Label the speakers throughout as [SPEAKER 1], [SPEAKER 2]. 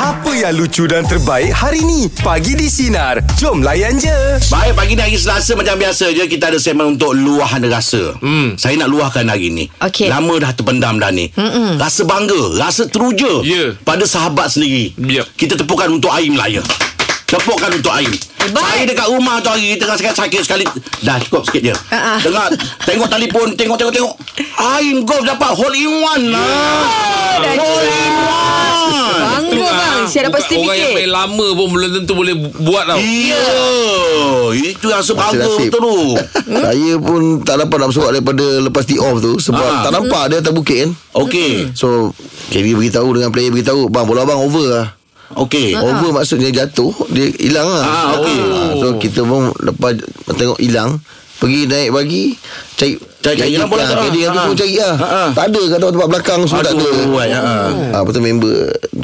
[SPEAKER 1] Apa yang lucu dan terbaik hari ni? Pagi di Sinar. Jom layan je.
[SPEAKER 2] Baik, pagi ni hari Selasa macam biasa je Kita ada segmen untuk luahan rasa hmm. Saya nak luahkan hari ni
[SPEAKER 3] Okey.
[SPEAKER 2] Lama dah terpendam dah ni Mm-mm. Rasa bangga, rasa teruja
[SPEAKER 4] Ya.
[SPEAKER 2] Pada sahabat sendiri
[SPEAKER 4] Ya.
[SPEAKER 2] Kita tepukan untuk air Melaya Tepukan untuk air
[SPEAKER 3] Hebat.
[SPEAKER 2] Saya dekat rumah tu hari Tengah sakit, sakit sekali Dah cukup sikit je
[SPEAKER 3] Ah, ah.
[SPEAKER 2] Tengok, tengok telefon Tengok, tengok, tengok Air golf dapat hole in one
[SPEAKER 4] Ya.
[SPEAKER 2] lah
[SPEAKER 3] dah
[SPEAKER 2] Hole in one
[SPEAKER 3] Bangga bang Saya dapat
[SPEAKER 4] Bukan- Orang yang
[SPEAKER 3] sertifikat
[SPEAKER 4] paling lama pun belum tentu boleh buat tau.
[SPEAKER 2] Iya Ya. Itu rasa
[SPEAKER 5] Nasib,
[SPEAKER 2] bangga
[SPEAKER 5] nasib.
[SPEAKER 2] betul tu
[SPEAKER 5] Saya pun tak dapat nak bersorak daripada lepas tee off tu sebab
[SPEAKER 2] Ah.
[SPEAKER 5] tak nampak dia atas bukit kan.
[SPEAKER 2] Okey
[SPEAKER 5] So KB beritahu dengan player beritahu Bang bola abang over lah
[SPEAKER 2] Okey
[SPEAKER 5] Over maksudnya jatuh Dia hilang lah
[SPEAKER 2] Ah, okey.
[SPEAKER 5] Ah, So kita pun Lepas tengok hilang Pergi naik pagi Cari
[SPEAKER 2] Cari- cari hilang bola
[SPEAKER 5] ah,
[SPEAKER 2] tak lah.
[SPEAKER 5] KD yang tu
[SPEAKER 2] Ah.
[SPEAKER 5] semua cari lah
[SPEAKER 2] Ah, ah.
[SPEAKER 5] Tak ada kat tempat belakang Semua tak ada
[SPEAKER 2] Aduh, buat, ah, ah.
[SPEAKER 5] Ah, Lepas tu member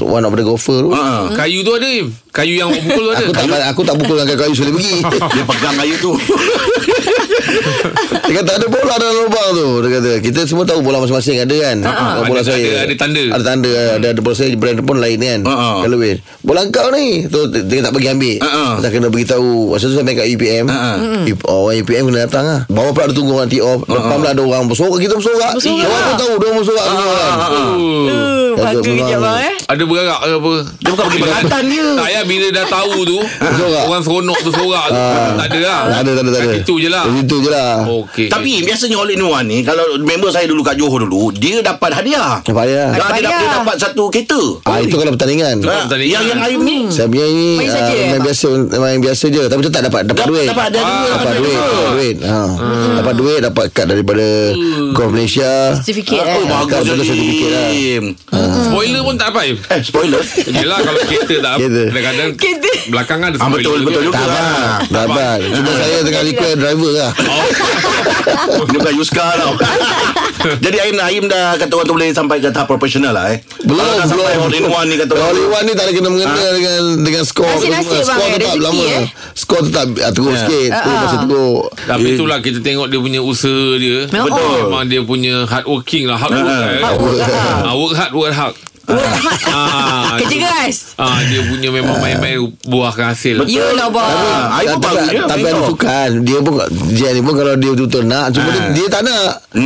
[SPEAKER 5] One of the golfer tu
[SPEAKER 2] Ha.
[SPEAKER 3] Hmm?
[SPEAKER 4] Kayu tu ada Im. Kayu yang awak pukul tu ada.
[SPEAKER 5] Aku tak aku tak pukul dengan kayu sekali pergi.
[SPEAKER 2] Dia pegang kayu tu
[SPEAKER 5] Dia kata ada bola dalam lubang tu Dia kata Kita semua tahu bola masing-masing ada kan Kalau
[SPEAKER 4] Ada-
[SPEAKER 5] bola
[SPEAKER 4] Ha, ada-
[SPEAKER 5] saya
[SPEAKER 4] ada- ada tanda. Hmm. Ha,
[SPEAKER 5] Ada tanda Ada, ada bola saya Brand pun lain kan
[SPEAKER 2] Ha-ha.
[SPEAKER 5] Kalau weh Bola kau ni tu, dia- Dia tak pergi ambil
[SPEAKER 4] ha.
[SPEAKER 2] Ha-ha.
[SPEAKER 5] Kita kena beritahu Masa tu saya main kat E UPM
[SPEAKER 2] Ha-ha.
[SPEAKER 5] If- Orang UPM kena datang lah Bawah pula ada tunggu orang tee
[SPEAKER 4] Ha,
[SPEAKER 5] off Depan pula ada orang bersorak Kita bersorak Ya,
[SPEAKER 3] Bersorak.
[SPEAKER 5] Orang
[SPEAKER 4] lah.
[SPEAKER 5] pun tahu Dia orang
[SPEAKER 4] Ha,
[SPEAKER 5] bersorak semua kan
[SPEAKER 4] Oh.
[SPEAKER 3] Eh, Bangga
[SPEAKER 5] Datuk
[SPEAKER 3] kejap
[SPEAKER 5] bang.
[SPEAKER 3] bang eh
[SPEAKER 4] Ada berarak ke apa?
[SPEAKER 2] Dia bukan pergi perkataan dia
[SPEAKER 4] Tak payah bila dah tahu tu
[SPEAKER 5] Bersorak.
[SPEAKER 4] Orang seronok tu sorak tu
[SPEAKER 2] Ah.
[SPEAKER 4] Tak ada lah
[SPEAKER 5] Tak ada tak ada tak ada
[SPEAKER 4] Kat situ je lah
[SPEAKER 5] Itu je lah
[SPEAKER 4] Okey
[SPEAKER 2] Tapi biasanya all in one ni Kalau member saya dulu kat Johor dulu Dia dapat hadiah
[SPEAKER 5] Tak
[SPEAKER 2] Dia,
[SPEAKER 5] payah
[SPEAKER 2] dia,
[SPEAKER 3] hadiah.
[SPEAKER 2] dia dapat satu kereta
[SPEAKER 5] Ah, Itu kalau pertandingan
[SPEAKER 4] Betul.
[SPEAKER 2] ha,
[SPEAKER 4] pertandingan.
[SPEAKER 2] Yang yang air ni
[SPEAKER 5] Saya punya ni
[SPEAKER 3] Main
[SPEAKER 5] ah,
[SPEAKER 3] saja, eh,
[SPEAKER 5] Main
[SPEAKER 3] Abang?
[SPEAKER 5] biasa Main biasa je Tapi tu tak dapat Dapat
[SPEAKER 2] Dapat-
[SPEAKER 5] duit
[SPEAKER 2] dapat ada dua,
[SPEAKER 5] Dapat
[SPEAKER 2] dapat
[SPEAKER 5] duit
[SPEAKER 2] dua.
[SPEAKER 5] Dapat duit ha.
[SPEAKER 2] Hmm.
[SPEAKER 5] Dapat duit Dapat kad daripada Golf Malaysia
[SPEAKER 3] Sertifikat
[SPEAKER 2] Oh
[SPEAKER 3] eh
[SPEAKER 2] bagus
[SPEAKER 5] Dapat
[SPEAKER 2] jadi
[SPEAKER 5] sertifikat lah.
[SPEAKER 4] Ah. Spoiler pun tak apa Im.
[SPEAKER 2] Eh spoiler
[SPEAKER 4] Yelah kalau kereta tak
[SPEAKER 5] Kereta.
[SPEAKER 4] Kadang-kadang
[SPEAKER 3] Kereta.
[SPEAKER 4] Belakang ada
[SPEAKER 2] Ah, betul,
[SPEAKER 4] spoiler
[SPEAKER 2] betul
[SPEAKER 4] juga.
[SPEAKER 2] juga.
[SPEAKER 5] Tak
[SPEAKER 2] Ah,
[SPEAKER 5] dapat Dapat Cuma saya tengah request driver lah
[SPEAKER 2] Dia bukan Yuska tau Jadi Aim dah Aim dah kata orang tu boleh sampai ke tahap profesional lah eh
[SPEAKER 5] belum,
[SPEAKER 2] Kalau dah
[SPEAKER 5] belum.
[SPEAKER 2] sampai all in one ni kata orang
[SPEAKER 5] All in
[SPEAKER 2] tu.
[SPEAKER 5] one ni tak ada kena mengena
[SPEAKER 2] Ha.
[SPEAKER 5] dengan dengan skor
[SPEAKER 3] Nasib-nasib
[SPEAKER 5] apa semua.
[SPEAKER 3] bang, eh,
[SPEAKER 5] Skor tu tak
[SPEAKER 3] rezeki,
[SPEAKER 5] lama
[SPEAKER 3] eh.
[SPEAKER 5] Skor tu tak ah,
[SPEAKER 2] Ya.
[SPEAKER 5] teruk sikit Tu masih teruk
[SPEAKER 4] Tapi itulah kita tengok dia punya usaha dia
[SPEAKER 3] Memang.
[SPEAKER 2] Betul.
[SPEAKER 4] Memang dia punya hard working lah Hard work
[SPEAKER 2] Ah.
[SPEAKER 4] lah
[SPEAKER 3] Hard work lah.
[SPEAKER 4] Ah, Work hard Work hard Ah,
[SPEAKER 3] Kerja
[SPEAKER 4] tu.
[SPEAKER 3] keras
[SPEAKER 4] Ah, Dia punya memang main-main Buahkan hasil lah.
[SPEAKER 3] Yelah bang
[SPEAKER 2] Ah, Aim
[SPEAKER 5] Tak-
[SPEAKER 2] pun
[SPEAKER 5] tak-
[SPEAKER 2] bagus je
[SPEAKER 5] Tapi
[SPEAKER 2] main
[SPEAKER 5] ada
[SPEAKER 2] golf.
[SPEAKER 5] sukan Dia pun Dia ni pun kalau dia betul-betul nak Cuma dia, dia tak nak Ah, Dia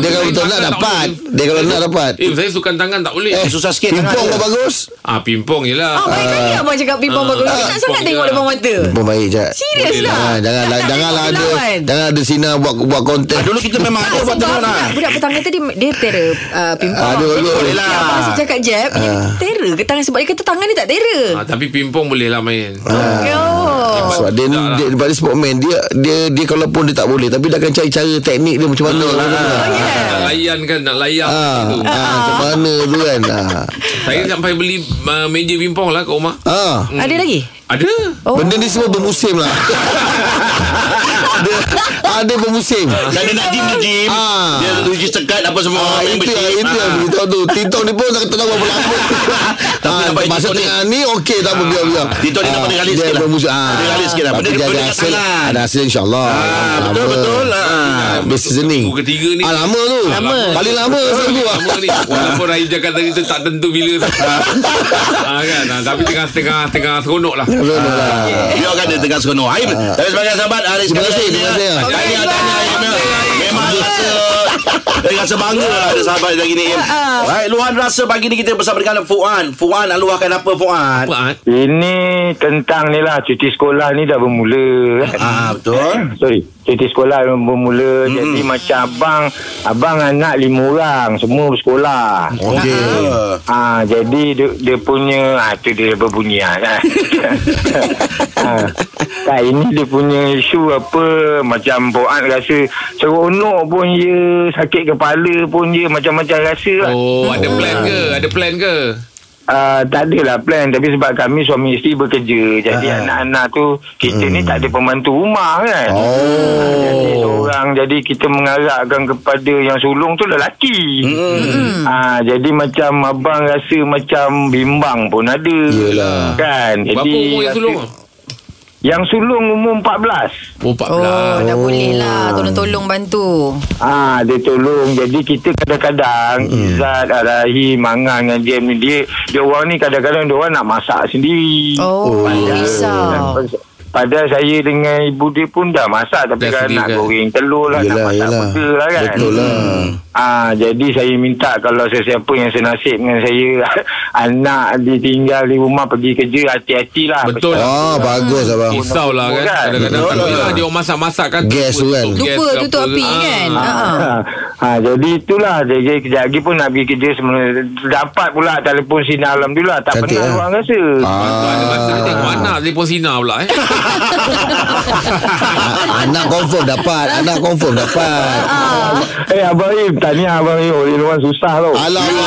[SPEAKER 4] Tapi
[SPEAKER 5] kalau
[SPEAKER 4] main
[SPEAKER 5] betul nak
[SPEAKER 4] tangan tak
[SPEAKER 5] dapat
[SPEAKER 4] boleh.
[SPEAKER 5] Dia kalau nak dapat
[SPEAKER 4] Eh saya sukan tangan tak boleh
[SPEAKER 2] Eh, susah sikit
[SPEAKER 5] Pimpong
[SPEAKER 2] tangan
[SPEAKER 5] kau
[SPEAKER 2] dia.
[SPEAKER 5] bagus
[SPEAKER 4] Ah pimpong je lah
[SPEAKER 3] Ah, baik kali abang cakap pipang bagus. Aku tak sangat
[SPEAKER 4] pipang
[SPEAKER 3] tengok
[SPEAKER 4] je.
[SPEAKER 3] depan mata.
[SPEAKER 5] Pimpong baik je
[SPEAKER 3] Serius
[SPEAKER 4] Boleh
[SPEAKER 3] lah.
[SPEAKER 5] Jangan Ah,
[SPEAKER 3] Tak
[SPEAKER 5] jangan
[SPEAKER 3] nak
[SPEAKER 5] janganlah
[SPEAKER 3] tengok
[SPEAKER 5] ada
[SPEAKER 3] lawan. Ah,
[SPEAKER 5] jangan ada sina buat buat konten.
[SPEAKER 2] Ah, Dulu kita memang ada buat
[SPEAKER 3] Sebab
[SPEAKER 2] tangan lah
[SPEAKER 3] budak, budak petang tadi dia terror uh, pimpong.
[SPEAKER 5] Ah, dia
[SPEAKER 3] Jadi
[SPEAKER 5] bagus.
[SPEAKER 2] Boleh lah.
[SPEAKER 3] yang Abang asyik cakap jab, uh. terror ke tangan sebab dia kata tangan dia tak terror. Ya
[SPEAKER 4] ah, Tapi pimpong boleh lah main
[SPEAKER 3] Ah, Yo.
[SPEAKER 5] Ah,
[SPEAKER 3] Ah,
[SPEAKER 5] Sebab dia ni dia daripada sportman dia dia dia kalau pun dia tak boleh tapi dia akan cari cara teknik dia macam mana. macam mana.
[SPEAKER 4] Nak layan kan Nak layan
[SPEAKER 5] Ha,
[SPEAKER 4] gitu.
[SPEAKER 5] ha, macam mana tu kan. Ha.
[SPEAKER 4] Saya sampai beli uh, Meja pimpong lah kat rumah
[SPEAKER 5] Ha.
[SPEAKER 3] Ada lagi?
[SPEAKER 4] Ada
[SPEAKER 3] Oh.
[SPEAKER 5] Benda ni semua bermusim lah. ada ada bermusim.
[SPEAKER 2] Dan dia nak gym dia gym
[SPEAKER 5] Ah.
[SPEAKER 2] Dia register card apa semua
[SPEAKER 5] Ah, itu
[SPEAKER 2] membership.
[SPEAKER 5] yang itu yang
[SPEAKER 2] Ah.
[SPEAKER 5] beritahu tu. TikTok ni pun tak tahu apa lama.
[SPEAKER 2] Tapi
[SPEAKER 5] Ah,
[SPEAKER 2] nampak
[SPEAKER 5] masa
[SPEAKER 2] TikTok ni.
[SPEAKER 5] tengah ni okey tak apa biar biar.
[SPEAKER 2] TikTok ni nampak dia kali sikit lah.
[SPEAKER 5] bermusuh. Ah.
[SPEAKER 2] Dia kali sikit lah.
[SPEAKER 5] Tapi
[SPEAKER 2] Benda
[SPEAKER 5] dia
[SPEAKER 2] dia
[SPEAKER 5] ada
[SPEAKER 2] dekat
[SPEAKER 5] hasil.
[SPEAKER 2] tangan.
[SPEAKER 5] Ada hasil insya-Allah.
[SPEAKER 2] Ah, betul betul. Ah.
[SPEAKER 5] Habis seasoning.
[SPEAKER 4] Buku ketiga ni
[SPEAKER 5] Ah, lama tu.
[SPEAKER 4] Lama.
[SPEAKER 5] Paling lama lah. sebelum tu.
[SPEAKER 4] Lama ni Walaupun Rahim cakap tadi tu Tak tentu bila ah, kan? Ah, Tapi tengah Tengah tengah seronok lah
[SPEAKER 2] Ah. Biarkan dia tengah seronok Aib Tapi sebagai sahabat Hari
[SPEAKER 5] Ah. Terima
[SPEAKER 2] sekali
[SPEAKER 5] kasih,
[SPEAKER 2] ini,
[SPEAKER 5] terima kasih.
[SPEAKER 2] ah, Tahniah
[SPEAKER 3] Okey,
[SPEAKER 2] Tahniah Aib
[SPEAKER 3] bye.
[SPEAKER 2] Memang rasa Saya rasa bangga lah Ada sahabat lagi
[SPEAKER 5] Ah,
[SPEAKER 2] ni Aib Baik Luan rasa pagi ni Kita bersama dengan Fuan Fuan nak luahkan apa Fuan
[SPEAKER 4] Apa ah?
[SPEAKER 6] Ini tentang ni lah cuti sekolah ni dah bermula kan.
[SPEAKER 2] Ah betul
[SPEAKER 6] Sorry, cuti sekolah dah bermula. Hmm. Jadi macam abang, abang anak lima orang, semua bersekolah.
[SPEAKER 5] Okey.
[SPEAKER 2] Ah.
[SPEAKER 6] Ah, jadi dia, dia punya ah tu dia berbunyi ah. ah. Tak ini dia punya isu apa macam Boat rasa seronok pun ya, sakit kepala pun ya, macam-macam rasa lah.
[SPEAKER 4] Oh ada plan ke Ada plan ke
[SPEAKER 6] Uh, tak adalah plan Tapi sebab kami suami isteri bekerja Jadi anak-anak tu Kita ni tak ada pembantu rumah kan
[SPEAKER 5] Oh.
[SPEAKER 6] Jadi seorang Jadi kita mengarahkan kepada Yang sulung tu lelaki hmm. ha, Jadi macam Abang rasa macam bimbang pun ada
[SPEAKER 5] Yelah.
[SPEAKER 6] Kan
[SPEAKER 4] Berapa umur yang
[SPEAKER 6] rasa-
[SPEAKER 4] sulung
[SPEAKER 6] Yang sulung umur 14.
[SPEAKER 4] Oh, 14.
[SPEAKER 3] Oh, dah boleh lah Tolong-tolong bantu
[SPEAKER 6] Ah, dia tolong. Jadi kita kadang-kadang hmm. Izzat, Rahim, Mangan dengan Jem ni dia dia orang ni kadang-kadang dia orang nak masak sendiri.
[SPEAKER 3] Oh, risau
[SPEAKER 6] Padahal saya dengan ibu dia pun dah masak tapi
[SPEAKER 4] Dah
[SPEAKER 6] kan
[SPEAKER 4] sedia
[SPEAKER 6] nak
[SPEAKER 4] kan?
[SPEAKER 6] goreng telur lah,
[SPEAKER 5] Yelah,
[SPEAKER 6] nak masak
[SPEAKER 5] yelah.
[SPEAKER 6] peka lah kan.
[SPEAKER 5] Betul lah.
[SPEAKER 6] Ah, jadi saya minta kalau sesiapa yang senasib dengan saya anak ditinggal di rumah pergi kerja hati-hatilah.
[SPEAKER 4] Betul lah.
[SPEAKER 5] Ah, bagus abang.
[SPEAKER 4] Risau lah kan
[SPEAKER 6] Bukan.
[SPEAKER 4] Kadang-kadang
[SPEAKER 5] Betul
[SPEAKER 4] tak boleh
[SPEAKER 5] lah.
[SPEAKER 4] lah Dia orang masak-masak kan
[SPEAKER 5] Gas tu kan.
[SPEAKER 4] gas
[SPEAKER 3] Lupa
[SPEAKER 4] ke
[SPEAKER 3] tutup
[SPEAKER 4] apa
[SPEAKER 3] api
[SPEAKER 4] ke.
[SPEAKER 3] kan
[SPEAKER 4] Ah.
[SPEAKER 3] ha.
[SPEAKER 6] Ha, ha, jadi itulah jadi kejap lagi pun nak pergi kerja semula dapat pula telefon sinar alhamdulillah tak
[SPEAKER 5] Cantik,
[SPEAKER 6] pernah
[SPEAKER 5] eh?
[SPEAKER 6] orang rasa.
[SPEAKER 4] Ah. Masa ada masa dia tengok
[SPEAKER 5] Ah.
[SPEAKER 4] anak telefon Sina pula eh.
[SPEAKER 5] Ah, Anak confirm dapat Anak confirm dapat
[SPEAKER 3] Ah,
[SPEAKER 6] Eh Abang Im Tahniah Abang Im Oh, Orang luar susah tau
[SPEAKER 2] Ah.
[SPEAKER 5] Alamak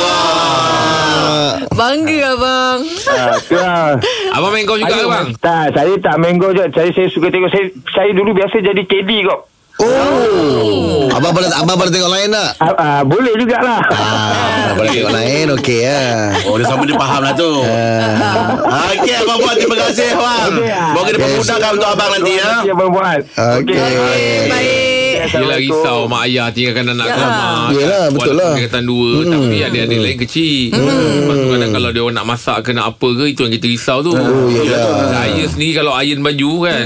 [SPEAKER 3] Bangga abang
[SPEAKER 6] ha, tu lah.
[SPEAKER 4] Abang main kau juga ke bang?
[SPEAKER 6] Tak Saya tak main go je Saya, saya suka tengok saya, saya dulu biasa jadi KD kok
[SPEAKER 5] Oh Abang pernah, abang pernah tengok lain tak?
[SPEAKER 6] ha, ha, Boleh jugalah
[SPEAKER 5] Ah, abang pernah tengok lain Okey ya
[SPEAKER 2] Oh, dia sama dia faham lah tu. Ah, Okey, abang buat terima kasih, abang.
[SPEAKER 6] Okey, ah.
[SPEAKER 2] Moga dia
[SPEAKER 5] Yes.
[SPEAKER 2] permudahkan untuk abang nanti, ya.
[SPEAKER 4] Ah.
[SPEAKER 6] Terima kasih Abang Buat
[SPEAKER 5] Okey.
[SPEAKER 3] Okey, baik
[SPEAKER 4] Yelah risau Mak ayah tinggalkan anak
[SPEAKER 3] Ya.
[SPEAKER 4] ke rumah
[SPEAKER 5] Yelah,
[SPEAKER 4] Walaupun
[SPEAKER 5] betul lah. Hmm.
[SPEAKER 4] Tinggalkan dua Tapi adik-adik lain kecil Lepas tu kadang kalau dia orang nak masak Ke nak apa ke Itu yang kita risau tu
[SPEAKER 5] Oh, ya, yelah.
[SPEAKER 4] Saya sendiri kalau iron baju kan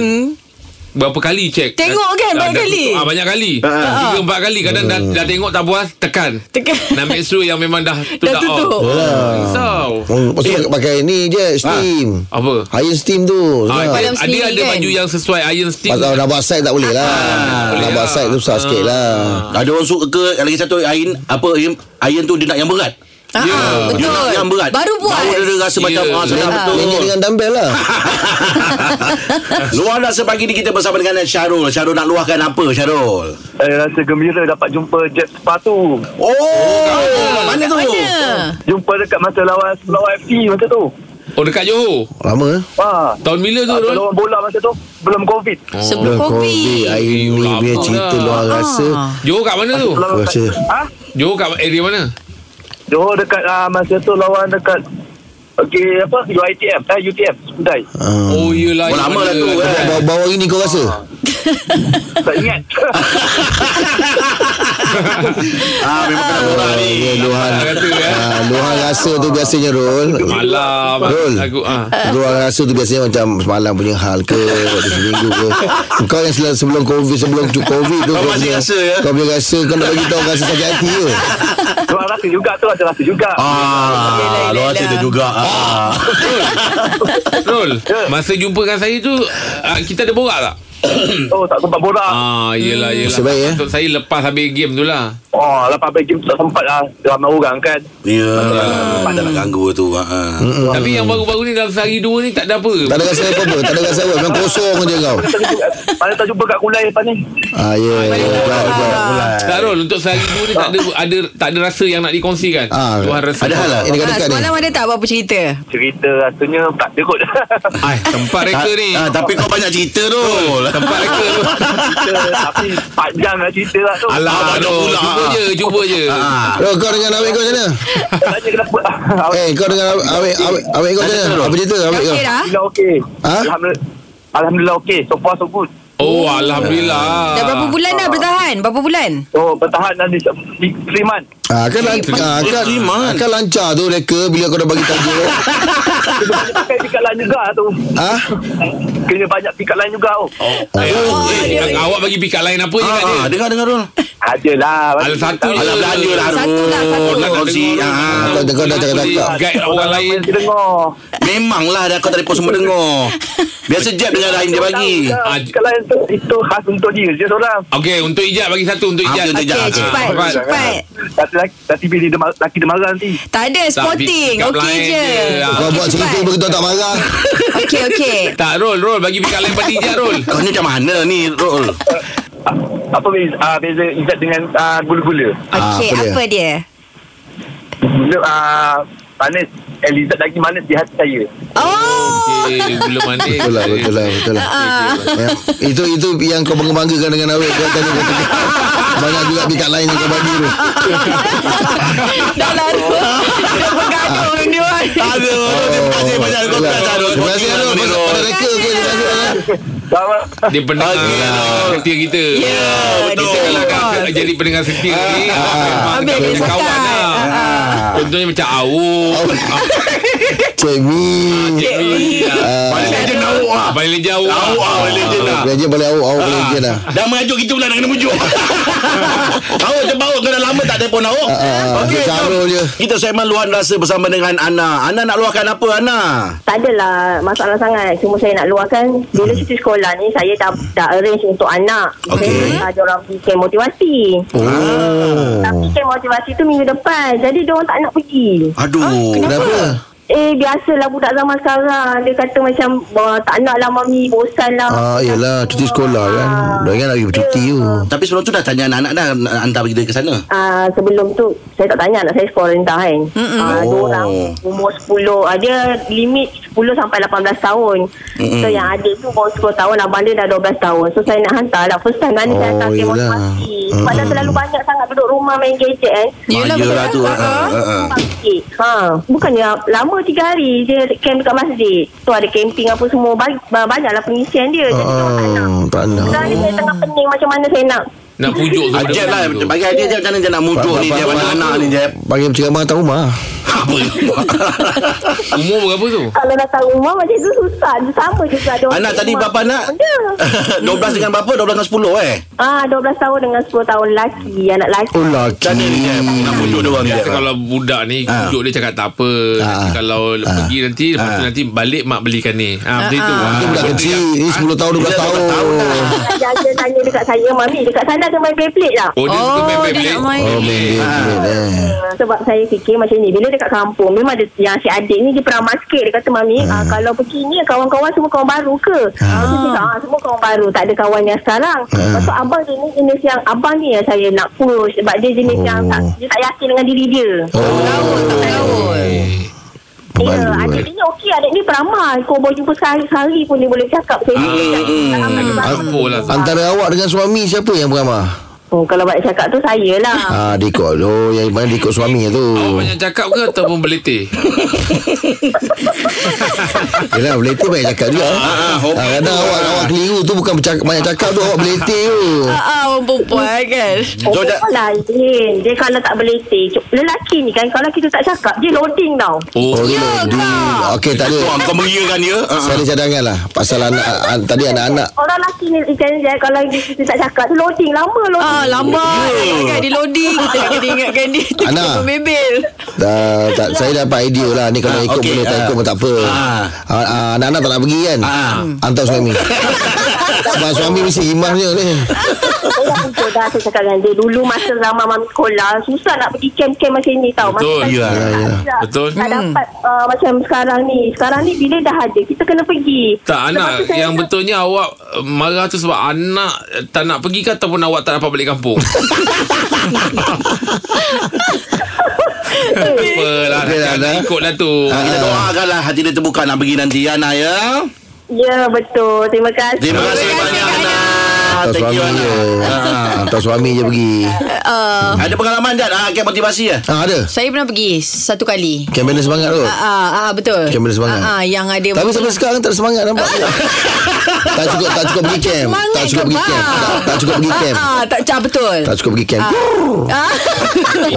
[SPEAKER 4] Berapa kali cek
[SPEAKER 3] Hmm. Tengok kan,
[SPEAKER 4] Ah,
[SPEAKER 3] banyak
[SPEAKER 4] dah-
[SPEAKER 3] kali.
[SPEAKER 4] ah, Banyak kali
[SPEAKER 5] Ha,
[SPEAKER 4] Tiga empat kali Kadang dah,
[SPEAKER 5] Hmm.
[SPEAKER 4] dah tengok tak puas Tekan
[SPEAKER 3] Tekan.
[SPEAKER 4] Nak make sure yang memang dah tu
[SPEAKER 3] Dah tutup.
[SPEAKER 4] Ah, Risau
[SPEAKER 5] Hmm, Lepas tu pakai- pakai ni je Steam
[SPEAKER 4] Apa
[SPEAKER 5] Iron steam tu
[SPEAKER 4] Ah,
[SPEAKER 5] Senang.
[SPEAKER 4] dia,
[SPEAKER 3] Padam
[SPEAKER 4] dia
[SPEAKER 3] sendiri
[SPEAKER 4] ada
[SPEAKER 3] kan?
[SPEAKER 4] baju yang sesuai iron stick
[SPEAKER 5] Pasal nak buat side tak boleh lah
[SPEAKER 4] boleh
[SPEAKER 5] Nak buat
[SPEAKER 4] lah.
[SPEAKER 5] side tu susah sikit lah
[SPEAKER 2] Ada orang suka ke lagi satu ain apa ain, ain tu dia nak yang berat.
[SPEAKER 3] Ah,
[SPEAKER 4] Ya.
[SPEAKER 2] Dia
[SPEAKER 3] Betul
[SPEAKER 2] nak yang berat.
[SPEAKER 3] Baru buat
[SPEAKER 2] Baru dia rasa
[SPEAKER 4] Ya.
[SPEAKER 2] macam ah senang
[SPEAKER 5] Main-
[SPEAKER 2] betul.
[SPEAKER 5] Main dia dengan dumbbell lah
[SPEAKER 2] Luar rasa pagi ni kita bersama dengan Syarul. Syarul nak luahkan apa Syarul?
[SPEAKER 6] Saya rasa gembira dapat jumpa Jet Sepatu
[SPEAKER 2] Oh, mana tu?
[SPEAKER 6] Jumpa dekat masa lawan Lawan FT masa tu
[SPEAKER 4] Oh dekat Johor
[SPEAKER 5] Lama eh?
[SPEAKER 6] Ha
[SPEAKER 4] Tahun bila tu Rol?
[SPEAKER 6] Lawan bola masa tu Belum COVID
[SPEAKER 3] Sebelum
[SPEAKER 5] Covid
[SPEAKER 3] COVID
[SPEAKER 5] Hari ni
[SPEAKER 4] Lama
[SPEAKER 5] punya cerita
[SPEAKER 4] lah.
[SPEAKER 5] luar rasa
[SPEAKER 3] Ah.
[SPEAKER 4] Johor kat mana tu?
[SPEAKER 5] Aku rasa
[SPEAKER 6] Ha?
[SPEAKER 4] Johor kat area mana?
[SPEAKER 6] Johor dekat uh, masa tu lawan dekat Okay, apa UITM eh, UTM Sundai
[SPEAKER 5] Ah.
[SPEAKER 4] Oh yelah
[SPEAKER 2] Oh,
[SPEAKER 4] yang
[SPEAKER 2] lama
[SPEAKER 4] mana
[SPEAKER 2] lah tu,
[SPEAKER 4] kat
[SPEAKER 2] eh.
[SPEAKER 4] sana.
[SPEAKER 5] Bawa- Bawa ini kau rasa?
[SPEAKER 6] tak ingat
[SPEAKER 2] Ah, memang kena borak ni.
[SPEAKER 5] Ya, Luhan
[SPEAKER 4] Kata, eh.
[SPEAKER 5] Ah, Luhan rasa tu biasanya Rol
[SPEAKER 4] Malam
[SPEAKER 5] Rol.
[SPEAKER 4] Aku ah.
[SPEAKER 5] Luhan rasa tu biasanya macam Semalam punya hal ke Waktu seminggu ke Kau yang selalu sebelum covid Sebelum tu covid tu
[SPEAKER 2] Kau masih
[SPEAKER 5] punya-
[SPEAKER 2] rasa, ya?
[SPEAKER 5] Kau punya rasa Kau nak bagi tahu rasa sakit hati ke
[SPEAKER 6] Luar rasa juga tu ada rasa juga
[SPEAKER 2] Ah,
[SPEAKER 3] Yelah,
[SPEAKER 2] luar
[SPEAKER 3] yelah.
[SPEAKER 2] rasa dia juga. Ah.
[SPEAKER 4] Rol
[SPEAKER 2] Ya.
[SPEAKER 4] Masa jumpa dengan saya tu ah, Kita ada borak tak?
[SPEAKER 6] Oh tak sempat borak
[SPEAKER 4] Ah, yelah,
[SPEAKER 2] Hmm.
[SPEAKER 4] yelah.
[SPEAKER 5] Nasib baik, eh.
[SPEAKER 4] Maksud saya lepas habis game tu lah.
[SPEAKER 6] Oh lepas bagi tak sempat lah Ramai orang kan
[SPEAKER 2] Ya, tak nak ganggu tu. Ah, ah.
[SPEAKER 4] Tapi yang baru-baru ni dalam sehari dua ni tak ada apa.
[SPEAKER 5] Tak ada rasa apa-apa Tak ada rasa apa Memang kosong je kau
[SPEAKER 6] Mana tak jumpa kat Kulai lepas ni
[SPEAKER 5] Ah ya Buat buat
[SPEAKER 4] Tak Rol, untuk sehari dua ni tak ada ada tak ada rasa yang nak dikongsikan.
[SPEAKER 5] Ah,
[SPEAKER 4] Tuhan rasa.
[SPEAKER 5] Ada hal lah Ini
[SPEAKER 3] Ah,
[SPEAKER 5] dekat-dekat ni
[SPEAKER 3] Semalam ada tak apa-apa cerita
[SPEAKER 6] Cerita rasanya tak ada kot
[SPEAKER 4] Ai, tempat reka ni.
[SPEAKER 2] Ah, tapi kau banyak cerita tu.
[SPEAKER 4] Tempat reka tu.
[SPEAKER 6] Cerita Tapi panjang lah cerita lah tu
[SPEAKER 2] Alah,
[SPEAKER 4] Ah,
[SPEAKER 2] banyak
[SPEAKER 4] Rol,
[SPEAKER 2] pula.
[SPEAKER 4] cuba je, cuba je.
[SPEAKER 2] Ah.
[SPEAKER 5] Rol kau dengan awet kau macam mana?
[SPEAKER 6] Tanya kenapa
[SPEAKER 5] Eh kau dengan awet- awet awet- awet kau macam mana? Apa cerita
[SPEAKER 3] Dah
[SPEAKER 5] awet kau?
[SPEAKER 3] okey dah
[SPEAKER 6] Alhamdulillah okey
[SPEAKER 5] Ha?
[SPEAKER 6] Alhamdulillah Alhamdulillah okey So far so good
[SPEAKER 4] Oh, alhamdulillah.
[SPEAKER 3] Dah berapa bulan dah bertahan Berapa bulan
[SPEAKER 6] So bertahan dan di 3 months
[SPEAKER 5] Ah, kan, lan- ah, kan,
[SPEAKER 2] Iman.
[SPEAKER 5] kan lancar tu reka bila kau dah bagi tajuk.
[SPEAKER 6] Kena banyak pakai pikat lain juga tu
[SPEAKER 5] ah?
[SPEAKER 6] Kena banyak pikat lain juga tu oh.
[SPEAKER 4] Eh,
[SPEAKER 3] Oh,
[SPEAKER 4] eh,
[SPEAKER 3] dia-
[SPEAKER 4] eh, awak bagi pick up lain apa je kat dia?
[SPEAKER 2] Ah, dengar dengar Rul.
[SPEAKER 6] Adalah
[SPEAKER 4] Al satu je.
[SPEAKER 2] Alah belanja lah
[SPEAKER 3] Satu lah, satu.
[SPEAKER 2] Rul. Kau si ah.
[SPEAKER 5] Kau- kau dah cakap-cakap.
[SPEAKER 4] Guide orang lain.
[SPEAKER 6] Kita dengar
[SPEAKER 2] Memanglah dah kau telefon semua dengar. Biasa jap dengan Rahim dia
[SPEAKER 5] Hmm,
[SPEAKER 2] bagi.
[SPEAKER 4] Ah,
[SPEAKER 6] Ah, Kalau itu, itu khas untuk dia je seorang.
[SPEAKER 4] Okey, untuk Ijat bagi satu untuk
[SPEAKER 2] Ah,
[SPEAKER 4] Ijat.
[SPEAKER 2] untuk Ijat. Ah,
[SPEAKER 3] Okey cepat
[SPEAKER 4] cepat.
[SPEAKER 3] Cepat
[SPEAKER 6] Nanti laki- nanti bila dia ma- laki dia marah nanti.
[SPEAKER 3] Tak ada sporting
[SPEAKER 4] pick up
[SPEAKER 3] Okey
[SPEAKER 4] line
[SPEAKER 3] je
[SPEAKER 4] dia. Ah,
[SPEAKER 5] Kau
[SPEAKER 3] Okey,
[SPEAKER 5] buat cerita
[SPEAKER 3] cepat.
[SPEAKER 5] begitu tak marah.
[SPEAKER 3] Okey okey
[SPEAKER 4] Tak, roll, roll. Bagi pick up lain pada Ijat, roll.
[SPEAKER 2] Kau ni macam mana ni Rul?
[SPEAKER 6] Ah, Apa beza, ah, beza Izzat dengan ah, gula-gula?
[SPEAKER 3] Okey
[SPEAKER 5] Ah, apa dia?
[SPEAKER 3] apa dia
[SPEAKER 6] Gula ah, manis. Eh, Izzat lagi manis di hati saya.
[SPEAKER 3] Oh
[SPEAKER 4] Okey, gula manis.
[SPEAKER 5] Betul lah, betul lah, betul lah. Ya, itu itu yang kau bangga-banggakan dengan awet kau tadi kau cakap. Banyak juga pikat lain yang kau bagi tu.
[SPEAKER 3] Dah lah Dah bergaduh orang dia
[SPEAKER 2] Oh. Aduh, terima kasih banyak Tahniah Kau
[SPEAKER 5] Terima
[SPEAKER 2] tak tahu
[SPEAKER 5] kasih Arul
[SPEAKER 2] Terima
[SPEAKER 5] Pasal pada
[SPEAKER 2] kasih
[SPEAKER 5] reka ke Terima kasih Arul
[SPEAKER 6] Sama.
[SPEAKER 4] Dia pendengar lah.
[SPEAKER 2] Okey, Arul.
[SPEAKER 4] setia kita
[SPEAKER 3] Ya,
[SPEAKER 2] betul.
[SPEAKER 3] dia selalu call.
[SPEAKER 4] Kalau jadi pendengar setia ni Memang
[SPEAKER 3] Ambil
[SPEAKER 4] tak
[SPEAKER 3] dia
[SPEAKER 4] punya kawan
[SPEAKER 3] sekat.
[SPEAKER 4] lah
[SPEAKER 3] Ah,
[SPEAKER 4] Contohnya macam Awu
[SPEAKER 5] Cik Mi
[SPEAKER 2] Paling legend awak lah
[SPEAKER 4] Paling lejauh
[SPEAKER 2] Awak lah paling legend lah
[SPEAKER 5] Raja boleh awak Awak boleh je lah
[SPEAKER 2] Dah mengajuk kita pula nak kena mujuk Awak sebab awak kau dah lama tak telefon awak
[SPEAKER 5] ah,
[SPEAKER 2] Okey
[SPEAKER 5] macam Arul
[SPEAKER 2] jom
[SPEAKER 5] je.
[SPEAKER 2] Kita segmen luahan rasa bersama dengan Ana Ana nak luahkan apa Ana?
[SPEAKER 7] Tak adalah masalah sangat. Cuma saya nak luahkan bila cuti sekolah ni saya dah dah arrange untuk anak.
[SPEAKER 2] Okey.
[SPEAKER 7] Saya ada orang pergi camp motivasi.
[SPEAKER 2] Ah.
[SPEAKER 5] Oh
[SPEAKER 7] Tapi camp motivasi tu minggu depan. Jadi dia orang tak nak pergi.
[SPEAKER 2] Aduh
[SPEAKER 5] Ah, Kenapa
[SPEAKER 7] Eh biasalah budak zaman sekarang dia kata macam "Wah, tak nak lah mami bosan lah.
[SPEAKER 5] Ah, yelah cuti sekolah kan. Dah kan lagi bercuti tu.
[SPEAKER 2] Tapi sebelum tu dah tanya anak-anak dah nak hantar pergi dia ke sana.
[SPEAKER 7] Ah sebelum tu saya tak tanya anak saya sekolah rendah kan. Ah dua
[SPEAKER 2] Oh.
[SPEAKER 7] orang umur 10 ah, dia limit 10 sampai 18 tahun. So yang adik tu baru 10 tahun, abang dia dah 12 tahun. So saya nak hantar lah first time kan oh, saya
[SPEAKER 5] Oh,
[SPEAKER 7] hantar dia
[SPEAKER 5] yelah.
[SPEAKER 7] motivasi. Sebab dah terlalu banyak sangat duduk rumah main gadget kan.
[SPEAKER 3] Yelah betul
[SPEAKER 2] Mayalah
[SPEAKER 3] lah
[SPEAKER 2] tu. ah,
[SPEAKER 3] Ah,
[SPEAKER 2] ah, ah.
[SPEAKER 7] Masjid. Ha, bukannya lama tiga hari dia camp dekat masjid. Tu ada camping apa semua ba- ba- banyaklah pengisian dia. Jadi dia orang tak nak.
[SPEAKER 5] Ah, tak nak.
[SPEAKER 7] Sekarang ni saya tengah pening macam mana saya nak
[SPEAKER 4] Nak pujuk tu
[SPEAKER 2] Ajak lah
[SPEAKER 4] benda-benda tu.
[SPEAKER 2] Bagi ajak dia macam mana dia nak mujuk
[SPEAKER 5] Faham,
[SPEAKER 2] ni Dia
[SPEAKER 5] faham,
[SPEAKER 2] mana
[SPEAKER 5] faham.
[SPEAKER 2] anak ni dia
[SPEAKER 5] Bagi penceramah hantar rumah.
[SPEAKER 2] Apa
[SPEAKER 4] Umur berapa tu?
[SPEAKER 7] Kalau datang rumah macam tu susah. Dia sama juga. dia orang
[SPEAKER 2] Anak
[SPEAKER 7] kat
[SPEAKER 2] tadi
[SPEAKER 7] rumah.
[SPEAKER 2] berapa anak?
[SPEAKER 7] Benda.
[SPEAKER 2] 12 dengan berapa? 12 dengan 10 eh
[SPEAKER 7] Ah, 12 tahun dengan 10 tahun lelaki. Anak lelaki.
[SPEAKER 5] Oh
[SPEAKER 2] Macam mana ni
[SPEAKER 5] laki.
[SPEAKER 2] dia Nak mujuk dia orang ni
[SPEAKER 4] Biasa
[SPEAKER 2] Jeb?
[SPEAKER 4] kalau budak ni
[SPEAKER 2] Ah.
[SPEAKER 4] Pujuk dia cakap tak apa Nanti
[SPEAKER 5] Ah.
[SPEAKER 4] Kalau pergi nanti Lepas tu nanti balik Mak belikan ni ha, Macam itu
[SPEAKER 5] Ini budak kecil. Ini 10 tahun 12 tahun.
[SPEAKER 7] Dia ada tanya dekat saya, Mami, dekat sana ada main Beyblade tak?
[SPEAKER 4] Oh dia suka
[SPEAKER 3] Oh,
[SPEAKER 4] main
[SPEAKER 3] dia
[SPEAKER 4] Beyblade
[SPEAKER 3] nak main.
[SPEAKER 5] Oh, main game eh.
[SPEAKER 7] Ah, Sebab saya fikir macam ni Bila dekat kampung Memang ada yang si adik ni Dia peramah sikit Dia kata Mami ah, Kalau pergi ni Kawan-kawan semua kawan baru ke ah. Saya cakap ah, Semua kawan baru Tak ada kawan yang sekarang Lepas tu abang dia ni Jenis yang Abang ni yang saya nak push Sebab dia jenis
[SPEAKER 5] Oh.
[SPEAKER 7] yang tak, Dia tak yakin dengan diri dia
[SPEAKER 5] Oh,
[SPEAKER 3] Lawan tak lawan
[SPEAKER 5] Eh,
[SPEAKER 2] Eh,
[SPEAKER 7] Ya,
[SPEAKER 5] Baru,
[SPEAKER 7] adik
[SPEAKER 5] eh.
[SPEAKER 7] dia ni okey. Adik dia peramah. Kau boleh jumpa sehari-hari pun dia boleh cakap. Saya ni cakap. dalam masa baru.
[SPEAKER 4] Campur lah
[SPEAKER 5] Antara awak dengan suami siapa yang beramah?
[SPEAKER 7] Oh, kalau baik cakap tu saya lah.
[SPEAKER 5] Ah, dikot. Oh, yang mana dikot suami tu.
[SPEAKER 4] Awak banyak cakap ke Ataupun berletih
[SPEAKER 5] Yelah, beletih banyak cakap juga.
[SPEAKER 2] ah,
[SPEAKER 5] Ah,
[SPEAKER 2] hobi
[SPEAKER 5] kadang
[SPEAKER 2] tu,
[SPEAKER 5] awak
[SPEAKER 2] ah.
[SPEAKER 5] awak keliru tu bukan bercakap, banyak cakap tu awak beletih tu.
[SPEAKER 3] Ah, ah, orang perempuan kan
[SPEAKER 2] So,
[SPEAKER 7] Oh,
[SPEAKER 2] dah-
[SPEAKER 7] lain. Dia kalau tak berletih. Cuk- Lelaki ni kan kalau kita tak cakap, dia loading tau.
[SPEAKER 4] Oh
[SPEAKER 5] Oh,
[SPEAKER 2] Ya,
[SPEAKER 5] dia lady. Okey, tak ada.
[SPEAKER 2] Tuan kau meriakan dia Ah,
[SPEAKER 5] Saya ada cadangan lah Pasal anak an, Tadi anak-anak
[SPEAKER 7] Orang lelaki ni ikan dia kalau dia- kita tak cakap, dia loading lama loading.
[SPEAKER 3] Ah, lambat kan Dia loading Kita kena ingatkan dia Kita
[SPEAKER 5] Ana.
[SPEAKER 3] kena membebel
[SPEAKER 5] dah, ah, tak, Saya dapat idea lah Ni kalau
[SPEAKER 2] Ah,
[SPEAKER 5] ikut
[SPEAKER 2] okey,
[SPEAKER 5] boleh Tak
[SPEAKER 2] ah.
[SPEAKER 5] ikut pun tak apa
[SPEAKER 2] Ah.
[SPEAKER 5] Ah, ah, Anak-anak tak nak pergi kan
[SPEAKER 2] Ah.
[SPEAKER 5] Hantar suami Sebab suami mesti himahnya ni
[SPEAKER 7] Saya dah betul dah saya cakap dengan dia. Dulu masa zaman mami sekolah, susah nak pergi camp-camp macam ni tau. Masa
[SPEAKER 4] Betul
[SPEAKER 7] tak-
[SPEAKER 2] Ya
[SPEAKER 5] Ya, ya.
[SPEAKER 7] tak-
[SPEAKER 4] Betul.
[SPEAKER 7] Tak dapat uh, macam sekarang ni. Sekarang ni bila dah ada, kita kena pergi.
[SPEAKER 4] tak anak
[SPEAKER 7] tu saya
[SPEAKER 4] Yang
[SPEAKER 7] nak-
[SPEAKER 4] betulnya awak eh, Marah tu sebab anak eh, Tak nak pergi ke Ataupun awak tak dapat balik kampung Apalah
[SPEAKER 5] Okey, Ah, Ana.
[SPEAKER 4] okay, Ikutlah tu
[SPEAKER 2] Kita doakanlah hati dia terbuka nak pergi nanti ya Ana ya.
[SPEAKER 7] Ya, betul. Terima kasih.
[SPEAKER 2] Terima kasih banyak Ana.
[SPEAKER 5] Hantar
[SPEAKER 2] Ah, Thank
[SPEAKER 5] suami
[SPEAKER 2] you
[SPEAKER 5] je Ah,
[SPEAKER 2] Ana.
[SPEAKER 5] Hantar suami je pergi
[SPEAKER 3] Ah,
[SPEAKER 2] Ada pengalaman Jad ah, Camp motivasi ya?
[SPEAKER 5] ah, Ada
[SPEAKER 3] Saya pernah pergi Satu kali
[SPEAKER 5] Kamera semangat tu
[SPEAKER 3] Ah, ah, ah, betul
[SPEAKER 5] Macam mana semangat?
[SPEAKER 3] Ah, ah, Yang ada
[SPEAKER 5] Tapi sampai sekarang tak ada semangat nampak Tak cukup tak cukup pergi camp
[SPEAKER 3] Ah. Semangat
[SPEAKER 5] Tak cukup
[SPEAKER 3] ke,
[SPEAKER 5] pergi
[SPEAKER 3] Bang?
[SPEAKER 5] camp Tak, tak cukup pergi camp
[SPEAKER 3] Ah, ah, tak cak betul
[SPEAKER 5] Tak cukup pergi Oh, camp
[SPEAKER 3] Ah.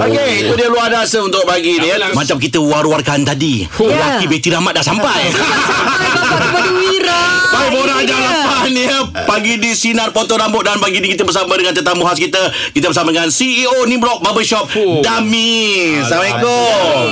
[SPEAKER 2] Okey, Eh, itu dia luar rasa untuk pagi ni. Ya. Macam kita war-warkan tadi.
[SPEAKER 3] Ya.
[SPEAKER 2] Laki Betty Rahmat dah sampai.
[SPEAKER 3] Eh, Sampai kepada Wira
[SPEAKER 2] Baik, borak
[SPEAKER 3] Itu
[SPEAKER 2] ajar
[SPEAKER 3] dia.
[SPEAKER 5] lah.
[SPEAKER 2] lapan ya. Pagi di Sinar Potong Rambut dan pagi ni kita bersama dengan tetamu khas kita. Kita bersama dengan CEO Nimrok Barbershop,
[SPEAKER 4] Oh.
[SPEAKER 2] Dami. Assalamualaikum.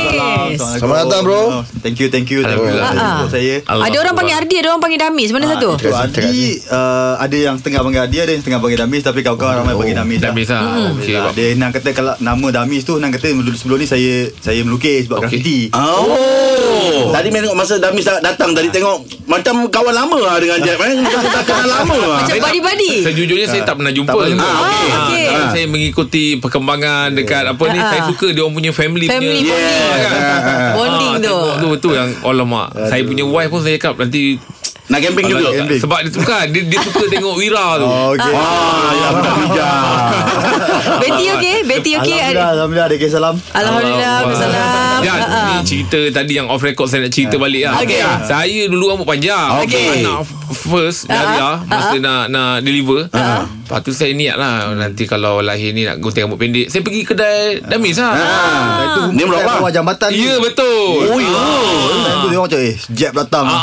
[SPEAKER 3] Yes. Ah,
[SPEAKER 5] Selamat datang, bro.
[SPEAKER 8] Thank you thank you Thank you
[SPEAKER 4] Alhamdulillah.
[SPEAKER 8] atas jemput saya Ah,
[SPEAKER 3] Ada orang panggil Ardi Ada orang panggil Damis Mana satu?
[SPEAKER 8] Itu Adi uh, Ada yang setengah panggil Adi Ada yang setengah panggil Damis Tapi kawan-kawan ramai panggil Damis
[SPEAKER 4] Dah habis lah
[SPEAKER 5] Hmm.
[SPEAKER 4] Okey,
[SPEAKER 8] Dia, dia nak kata kalau nama Damis tu nak kata dulu- sebelum ni saya saya melukis buat
[SPEAKER 4] Okey.
[SPEAKER 8] graffiti.
[SPEAKER 2] Oh. Tadi main tengok masa Damis dah- datang tadi tengok macam kawan lama lah dengan Jeb eh. Macam dah kenal lama lah.
[SPEAKER 3] Macam body-body
[SPEAKER 4] Sejujurnya saya tak pernah jumpa.
[SPEAKER 8] Tak pernah
[SPEAKER 4] Ah,
[SPEAKER 8] jumpa.
[SPEAKER 4] okey.
[SPEAKER 3] Ah, okey.
[SPEAKER 4] Ah, Saya mengikuti perkembangan dekat apa ni.
[SPEAKER 3] Ah, ah.
[SPEAKER 4] Saya suka dia orang punya family,
[SPEAKER 3] Family
[SPEAKER 4] punya.
[SPEAKER 3] bonding
[SPEAKER 4] Ah, kan?
[SPEAKER 3] Bonding
[SPEAKER 4] Ah,
[SPEAKER 3] tu
[SPEAKER 4] tengok tu tu yang alamak. Saya punya wife pun saya cakap nanti
[SPEAKER 2] Nak camping juga
[SPEAKER 8] camping.
[SPEAKER 4] Sebab dia bukan Dia, dia suka tengok Wira tu
[SPEAKER 8] Oh, okey.
[SPEAKER 2] Ah, ya betul bijak
[SPEAKER 3] Betty okey? Betty okey?
[SPEAKER 8] Alhamdulillah, alhamdulillah ada kes salam.
[SPEAKER 3] Alhamdulillah. Alhamdulillah.
[SPEAKER 4] Ya, ni cerita tadi yang off record saya nak cerita balik lah.
[SPEAKER 3] ah. Okey.
[SPEAKER 4] Saya dulu rambut panjang.
[SPEAKER 2] Okey.
[SPEAKER 4] Anak f- first
[SPEAKER 3] Ah,
[SPEAKER 4] Daria masa nak nak deliver. Lepas tu saya niat lah nanti kalau lahir ni nak gunting rambut pendek. Saya pergi kedai damis lah.
[SPEAKER 8] Itu
[SPEAKER 2] Ni berapa?
[SPEAKER 8] kat
[SPEAKER 5] Oh.
[SPEAKER 8] bawah jambatan.
[SPEAKER 4] Ya betul.
[SPEAKER 2] Oh ya
[SPEAKER 8] Time tu dia orang cakap, eh, jeb datang.
[SPEAKER 4] Ah.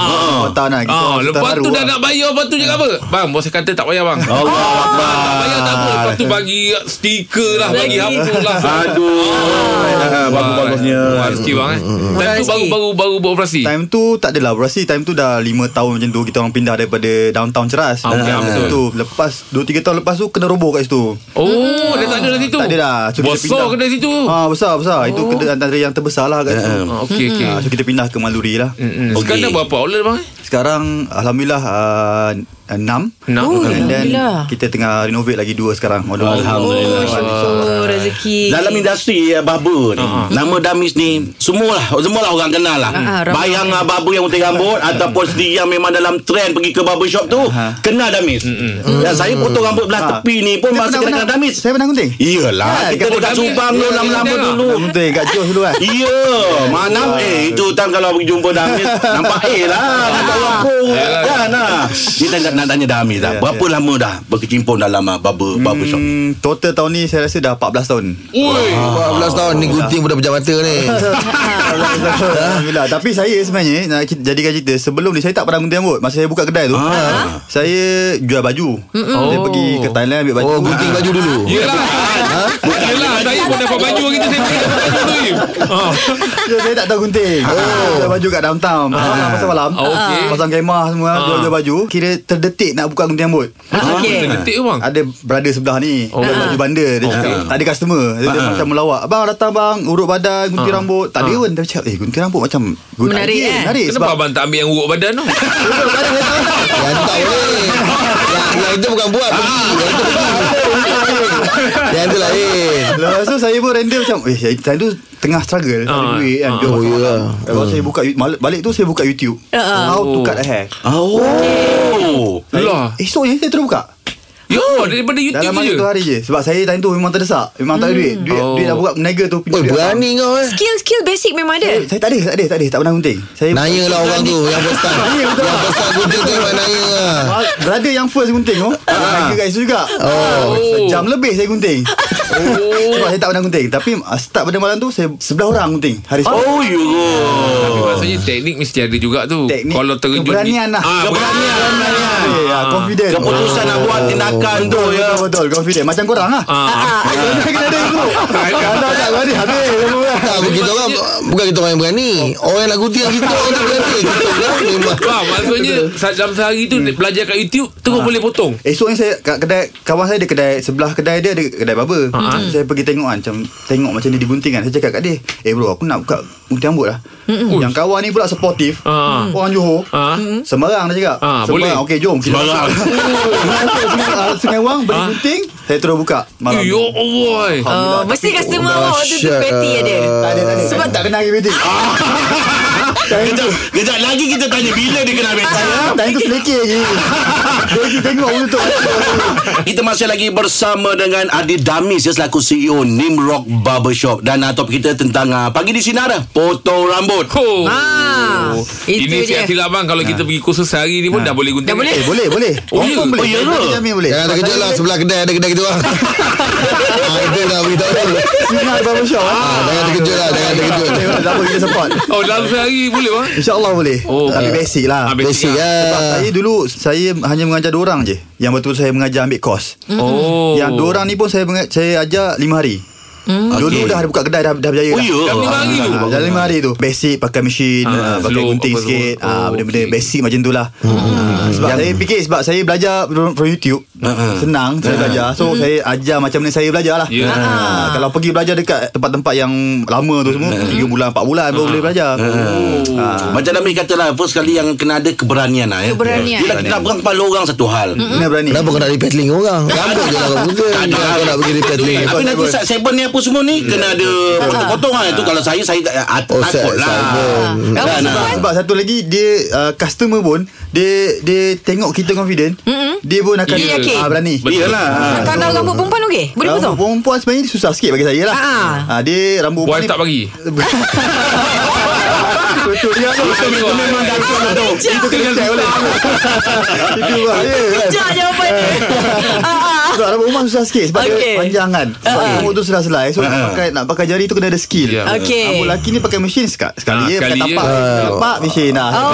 [SPEAKER 8] Jambatan lah. Kita
[SPEAKER 4] Ah,
[SPEAKER 8] orang
[SPEAKER 4] lepas tu
[SPEAKER 8] Sultan Haru
[SPEAKER 4] dah
[SPEAKER 8] lah. Oh,
[SPEAKER 4] nak bayar Lepas tu cakap apa Bang bos saya kata tak payah bang Tak
[SPEAKER 2] Allah Akbar
[SPEAKER 4] payah tak apa Lepas tu bagi stiker lah
[SPEAKER 3] Bagi.
[SPEAKER 4] Bagi apa lah
[SPEAKER 2] Aduh
[SPEAKER 8] eh,
[SPEAKER 2] Ah, Bagus-bagusnya
[SPEAKER 4] Wah, Rezeki bang eh Time tu
[SPEAKER 3] Rezeki.
[SPEAKER 4] baru baru baru beroperasi
[SPEAKER 8] Time tu tak adalah operasi Time tu dah 5 tahun macam tu Kita orang pindah daripada Downtown Ceras
[SPEAKER 4] Ah, okey, ah,
[SPEAKER 8] Macam
[SPEAKER 4] betul.
[SPEAKER 8] tu Lepas 2-3 tahun lepas tu Kena roboh kat situ
[SPEAKER 4] Oh dia tak ada dah situ
[SPEAKER 8] Tak ada dah So, kita
[SPEAKER 4] Besar
[SPEAKER 8] pindah.
[SPEAKER 4] kena situ
[SPEAKER 8] Ah besar besar. Itu kena antara yang terbesar lah kat situ.
[SPEAKER 4] Ah, Okey okey
[SPEAKER 8] Ah, so kita pindah ke Maluri lah.
[SPEAKER 4] Mm-mm.
[SPEAKER 2] Okey.
[SPEAKER 4] Sekarang dah berapa outlet bang? eh?
[SPEAKER 8] Sekarang alhamdulillah uh, 6
[SPEAKER 4] Enam.
[SPEAKER 3] Oh,
[SPEAKER 8] And then
[SPEAKER 3] Alhamdulillah.
[SPEAKER 8] kita tengah renovate lagi dua sekarang.
[SPEAKER 2] Alhamdulillah.
[SPEAKER 3] Oh, syukur rezeki.
[SPEAKER 2] Dalam industri ya, barber ni Nama Damis ni Semualah Semualah orang kenal lah
[SPEAKER 3] Ah, ah, ramai
[SPEAKER 2] Bayang lah barber yang gunting rambut Ataupun sendiri yang memang dalam trend Pergi ke barber shop tu Kenal Damis Dan saya potong rambut belah
[SPEAKER 8] Ah.
[SPEAKER 2] tepi ni pun
[SPEAKER 8] Saya
[SPEAKER 2] Masa kena
[SPEAKER 8] pernah
[SPEAKER 2] kenal
[SPEAKER 8] gunting.
[SPEAKER 2] Damis
[SPEAKER 8] Saya pernah gunting.
[SPEAKER 2] Iyalah Kita
[SPEAKER 4] kat
[SPEAKER 2] dekat
[SPEAKER 4] Damis.
[SPEAKER 2] Subang tu
[SPEAKER 4] Ya,
[SPEAKER 2] Lama-lama
[SPEAKER 4] ya, ya.
[SPEAKER 2] dulu
[SPEAKER 8] Pernah gunting kat Jos dulu kan.
[SPEAKER 2] Ya Mana Eh itu time kalau jumpa Damis Nampak eh lah Nampak orang pun Kan lah Dia tak nak- nak tanya Damis dah
[SPEAKER 8] Ya,
[SPEAKER 2] Berapa lama dah Berkecimpung dalam ah, barber barber shop ni
[SPEAKER 8] Hmm, total tahun ni saya rasa dah 14 tahun.
[SPEAKER 4] Ui
[SPEAKER 5] 14 Ah, tahun ni gunting budak pejam mata ni.
[SPEAKER 8] Alhamdulillah Tapi saya sebenarnya Nak ki- jadikan cerita Sebelum ni saya tak pernah gunting rambut Masa saya buka kedai tu Ah. Saya jual baju Saya pergi ke Thailand ambil baju
[SPEAKER 5] Oh, gunting baju dulu.
[SPEAKER 4] Yelah
[SPEAKER 8] Ha?
[SPEAKER 4] Yelah Saya pun dapat baju lagi tu Saya pun dapat baju tu Im. Ah.
[SPEAKER 8] Dia saya tak tahu gunting oh. Jual baju kat downtown Pasang pasal malam
[SPEAKER 4] Ah, okey.
[SPEAKER 8] Pasang kemah semua Jual-jual baju Kira terdetik nak buka gunting rambut
[SPEAKER 3] Okey.
[SPEAKER 4] Detik tu bang
[SPEAKER 8] Ada brother sebelah ni oh. Jual baju bandar Dia cakap Tak ada customer Dia,
[SPEAKER 4] Ah.
[SPEAKER 8] dia macam melawak Abang datang bang Urut badan Gunting rambut Tak ada pun Dia cakap Eh gunting rambut macam good
[SPEAKER 3] Menarik,
[SPEAKER 8] idea,
[SPEAKER 3] eh?
[SPEAKER 8] Menarik
[SPEAKER 4] Kenapa
[SPEAKER 8] sebab
[SPEAKER 4] abang tak ambil yang urut badan tu?
[SPEAKER 5] Yang tu tak boleh. Yang, yang itu bukan buat pergi. Yang itu pergi. Yang tu lain.
[SPEAKER 8] Lepas tu saya pun random macam Eh time tu tengah struggle Tak ada
[SPEAKER 4] Ah,
[SPEAKER 8] duit kan Jual
[SPEAKER 5] Oh,
[SPEAKER 8] pasal
[SPEAKER 5] ya.
[SPEAKER 8] malam. Lepas tu saya buka mal- Balik tu saya buka YouTube How to cut a hair
[SPEAKER 2] Ah, Oh
[SPEAKER 4] Lah
[SPEAKER 8] Esoknya saya terus buka
[SPEAKER 4] Yo Ya, daripada YouTube
[SPEAKER 8] Dalam masa
[SPEAKER 4] je
[SPEAKER 8] tu hari je Sebab saya time tu memang terdesak Memang tak ada duit Duit,
[SPEAKER 4] Oh.
[SPEAKER 8] duit dah buka meniaga tu pinjam
[SPEAKER 5] Oi,
[SPEAKER 8] duit
[SPEAKER 5] berani kau eh.
[SPEAKER 3] Skill-skill basic memang
[SPEAKER 8] abang. Eh,
[SPEAKER 3] ada.
[SPEAKER 8] Saya tak ada Tak ada tak ada Tak pernah gunting
[SPEAKER 6] Eh,
[SPEAKER 8] Saya
[SPEAKER 5] Naya lah orang tu yang first time. Yang first time gunting tu memang naya lah.
[SPEAKER 8] Ah, Brother yang first gunting tu Meniaga kat situ juga oh. Sejam lebih saya gunting oh. Sebab saya tak pernah gunting Tapi ah, start pada malam tu Saya sebelah orang gunting Hari oh.
[SPEAKER 2] Oh you go
[SPEAKER 4] Tapi Oh. maksudnya teknik mesti ada juga tu
[SPEAKER 8] Teknik
[SPEAKER 4] Kalau terjun
[SPEAKER 8] Keberanian lah
[SPEAKER 4] ah, Keberanian
[SPEAKER 8] Keberanian ah, Confident Oh.
[SPEAKER 2] Keputusan nak buat tindakan tu
[SPEAKER 8] Betul,
[SPEAKER 2] ya.
[SPEAKER 8] betul, betul, confident Macam korang lah
[SPEAKER 4] ah.
[SPEAKER 8] Kena kena ada ikut Kalau tak berani Habis semua orang.
[SPEAKER 5] Tak, Ha, bukan kita orang bukan kita orang yang berani. Orang yang nak gunting yang kita orang tak berani. Kita orang
[SPEAKER 3] Oh,
[SPEAKER 5] memang.
[SPEAKER 4] Wah, ah, maksudnya sa- dalam sehari
[SPEAKER 8] Hmm.
[SPEAKER 4] tu belajar kat YouTube
[SPEAKER 8] Ah.
[SPEAKER 4] terus boleh potong.
[SPEAKER 8] Esoknya saya kat kedai kawan saya ada kedai sebelah kedai dia ada kedai barber.
[SPEAKER 4] Ha-ha.
[SPEAKER 8] Saya pergi tengok kan macam tengok macam dia digunting kan. Saya cakap kat dia, "Eh bro, aku nak buka gunting rambut lah." Yang kawan ni pula supportive.
[SPEAKER 4] Ha.
[SPEAKER 8] Orang Johor.
[SPEAKER 4] Ha.
[SPEAKER 8] Sembarang dia cakap.
[SPEAKER 4] Ha, boleh.
[SPEAKER 8] Sembarang. Okey, jom kita.
[SPEAKER 2] Sembarang.
[SPEAKER 8] Masuk sungai, ah, sungai Wang beli
[SPEAKER 4] Ha.
[SPEAKER 8] gunting, saya terus buka malam. Ha.
[SPEAKER 4] Yo Allah. eh.
[SPEAKER 3] Oh, mesti customer awak waktu tu
[SPEAKER 5] dahsyat.
[SPEAKER 3] Betty ada.
[SPEAKER 8] Tak ada, tak ada.
[SPEAKER 3] Sebab-
[SPEAKER 8] Sebab tak kenal LGBT.
[SPEAKER 2] Kejap, kejap lagi kita tanya bila dia kena ambil saya.
[SPEAKER 8] Time tu selekeh lagi. Dia pergi tengok untuk
[SPEAKER 2] Kita masih lagi bersama dengan Adi Damis ya, selaku CEO Nimrock Barbershop dan uh, topik kita tentang uh, pagi di sinar dah, potong rambut.
[SPEAKER 4] Oh.
[SPEAKER 3] Ah, itu
[SPEAKER 4] Ini
[SPEAKER 3] dia.
[SPEAKER 4] siap silap bang kalau kita pergi kursus sehari ni pun dah boleh gunting.
[SPEAKER 3] Dah boleh?
[SPEAKER 8] Eh, Ah. boleh, boleh.
[SPEAKER 4] Oh, ya?
[SPEAKER 8] Confirm boleh.
[SPEAKER 2] Oh, ya ke?
[SPEAKER 8] Saya jamin boleh.
[SPEAKER 5] Jangan tak
[SPEAKER 8] Sebab
[SPEAKER 5] kerja
[SPEAKER 8] saya-
[SPEAKER 5] lah Sebelah kedai ada kedai kita orang Ah, Itu nak beritahu
[SPEAKER 8] Sinar barbershop.
[SPEAKER 5] Ah, Jangan terkejut lah Jangan terkejut
[SPEAKER 8] Tak apa kita support
[SPEAKER 4] Oh dalam sehari boleh bang.
[SPEAKER 8] InsyaAllah boleh
[SPEAKER 4] Oh,
[SPEAKER 8] oh, Tapi
[SPEAKER 4] okey.
[SPEAKER 8] basic lah
[SPEAKER 4] Ah, basic.
[SPEAKER 5] Basic
[SPEAKER 8] Sebab
[SPEAKER 5] lah
[SPEAKER 8] saya dulu Saya hanya mengajar dua orang je Yang betul saya mengajar ambil kos
[SPEAKER 4] Oh. Hmm.
[SPEAKER 8] Yang dua orang ni pun saya menga- saya ajar lima hari Dulu
[SPEAKER 2] Okey.
[SPEAKER 8] dah buka kedai Dah, dah berjaya
[SPEAKER 2] Oh, ya? Dah
[SPEAKER 4] lima hari tu?
[SPEAKER 8] Dah lima hari tu Basic pakai mesin
[SPEAKER 4] Ah,
[SPEAKER 8] ah, Pakai
[SPEAKER 4] slope,
[SPEAKER 8] gunting
[SPEAKER 4] apa
[SPEAKER 8] sikit
[SPEAKER 4] semua.
[SPEAKER 8] ah,
[SPEAKER 4] Oh,
[SPEAKER 8] Benda-benda
[SPEAKER 4] okey. Hmm,
[SPEAKER 8] basic macam tu lah Ah, Sebab saya fikir Sebab saya belajar From from YouTube
[SPEAKER 4] Ha,
[SPEAKER 8] Senang saya belajar So
[SPEAKER 3] Hmm.
[SPEAKER 8] saya ajar macam mana saya belajar lah
[SPEAKER 4] Ya.
[SPEAKER 8] Ah, Kalau pergi belajar dekat Tempat-tempat yang lama tu semua
[SPEAKER 4] Ha.
[SPEAKER 8] Tiga bulan, empat bulan Baru boleh belajar Oh,
[SPEAKER 2] Hmm. Macam Damis kata lah First kali yang kena ada keberanian lah ya.
[SPEAKER 3] Keberanian.
[SPEAKER 2] Bila kita nak berang kepala orang satu hal
[SPEAKER 8] Kena berani
[SPEAKER 5] Kenapa kau nak repatling orang Rambut je lah kau buka Kenapa kau nak pergi repatling
[SPEAKER 2] Tapi nanti set seven ni apa apa semua ni kena ada potong-potong kan. Itu kalau saya saya tak ah,
[SPEAKER 5] Oh, saya-
[SPEAKER 2] takut lah.
[SPEAKER 5] saya pun.
[SPEAKER 2] Kan,
[SPEAKER 3] Ramai
[SPEAKER 2] ah.
[SPEAKER 3] sebab
[SPEAKER 8] Sebab satu lagi dia uh, customer pun dia dia tengok kita confident, mm-hmm. dia pun akan
[SPEAKER 3] Dia yakin.
[SPEAKER 8] ah, berani.
[SPEAKER 4] Betul.
[SPEAKER 2] Iyalah. ah.
[SPEAKER 3] Kalau rambut perempuan okey? Boleh potong?
[SPEAKER 8] Rambut perempuan sebenarnya dia susah sikit bagi saya lah.
[SPEAKER 3] Ah.
[SPEAKER 8] Ha, dia rambut
[SPEAKER 4] Wife
[SPEAKER 8] perempuan
[SPEAKER 4] tak bagi
[SPEAKER 8] Betul dia tu.
[SPEAKER 4] Itu memang dah Itu kena check balik
[SPEAKER 8] Itu lah dia.
[SPEAKER 3] Sekejap jawapan dia. Ah, ah.
[SPEAKER 8] Sebab rambut perempuan susah sikit sebab
[SPEAKER 3] Okey.
[SPEAKER 8] dia panjang kan. Sebab
[SPEAKER 3] Ah.
[SPEAKER 8] rambut tu selai-selai. So nak pakai nak pakai jari tu kena ada skill.
[SPEAKER 4] Ya.
[SPEAKER 3] Okey.
[SPEAKER 8] Rambut lelaki ni pakai mesin sekali sekali eh,
[SPEAKER 4] Ah,
[SPEAKER 8] je pakai
[SPEAKER 4] sekali je.
[SPEAKER 8] tapak. Tapak mesin lah.
[SPEAKER 3] Oh,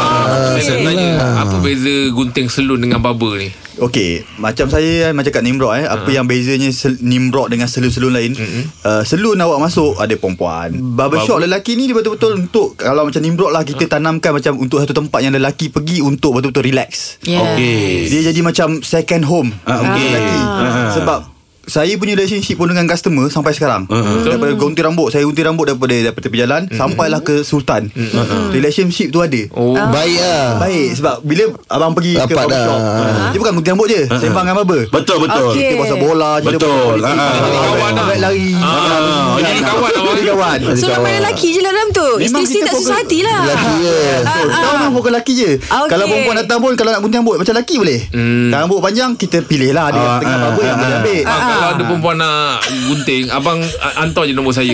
[SPEAKER 4] Saya
[SPEAKER 3] okey.
[SPEAKER 4] tanya Apa beza gunting selun dengan barber ni
[SPEAKER 8] Okey, macam saya kan, macam kat Nimrod eh,
[SPEAKER 4] Ah.
[SPEAKER 8] apa yang bezanya sel- Nimrod dengan selun-selun lain? Mm-hmm. Uh, selun awak masuk ada perempuan. Barbershop
[SPEAKER 4] Barber- Ah.
[SPEAKER 8] lelaki ni dia betul-betul untuk kalau macam Nimrod lah kita tanamkan macam untuk satu tempat yang lelaki pergi untuk betul-betul relax.
[SPEAKER 3] Oh, Yeah.
[SPEAKER 2] Okey.
[SPEAKER 8] Dia jadi macam second home
[SPEAKER 2] Ah,
[SPEAKER 8] untuk
[SPEAKER 2] okey.
[SPEAKER 8] lelaki.
[SPEAKER 2] Ah.
[SPEAKER 8] Sebab saya punya relationship pun dengan customer sampai sekarang.
[SPEAKER 2] Hmm.
[SPEAKER 8] Uh-huh. Daripada gunting rambut, saya gunting rambut daripada daripada tepi jalan sampailah ke Sultan. Uh-huh. Relationship tu ada.
[SPEAKER 4] Oh
[SPEAKER 5] Baik lah
[SPEAKER 8] Baik sebab bila abang pergi
[SPEAKER 5] Rapat
[SPEAKER 8] ke barbershop,
[SPEAKER 5] dah.
[SPEAKER 8] dia bukan gunting rambut je,
[SPEAKER 2] Hmm.
[SPEAKER 8] sembang dengan barber.
[SPEAKER 2] Betul betul.
[SPEAKER 3] Okey.
[SPEAKER 8] Cerita pasal bola cerita
[SPEAKER 2] Betul.
[SPEAKER 8] pasal politik,
[SPEAKER 2] Ah,
[SPEAKER 8] cerita pasal
[SPEAKER 4] kawan lah.
[SPEAKER 8] Baik lari
[SPEAKER 4] Ah, Jadi kawan awak
[SPEAKER 8] Jadi kawan
[SPEAKER 3] So ramai lelaki je lah dalam tu Isteri-isteri tak susah hati lah
[SPEAKER 5] Lelaki je
[SPEAKER 8] Betul. Kita orang fokus lelaki je
[SPEAKER 3] Ah,
[SPEAKER 8] Kalau
[SPEAKER 3] okey.
[SPEAKER 8] perempuan datang pun Kalau nak gunting rambut Macam lelaki boleh Kalau rambut panjang Kita pilih lah Dia
[SPEAKER 2] Ah,
[SPEAKER 8] tengah
[SPEAKER 2] ah,
[SPEAKER 8] barber yang
[SPEAKER 2] ah,
[SPEAKER 8] boleh
[SPEAKER 2] ah.
[SPEAKER 8] ambil
[SPEAKER 4] Ah, kalau ada perempuan nak gunting Abang ah, hantar je nombor saya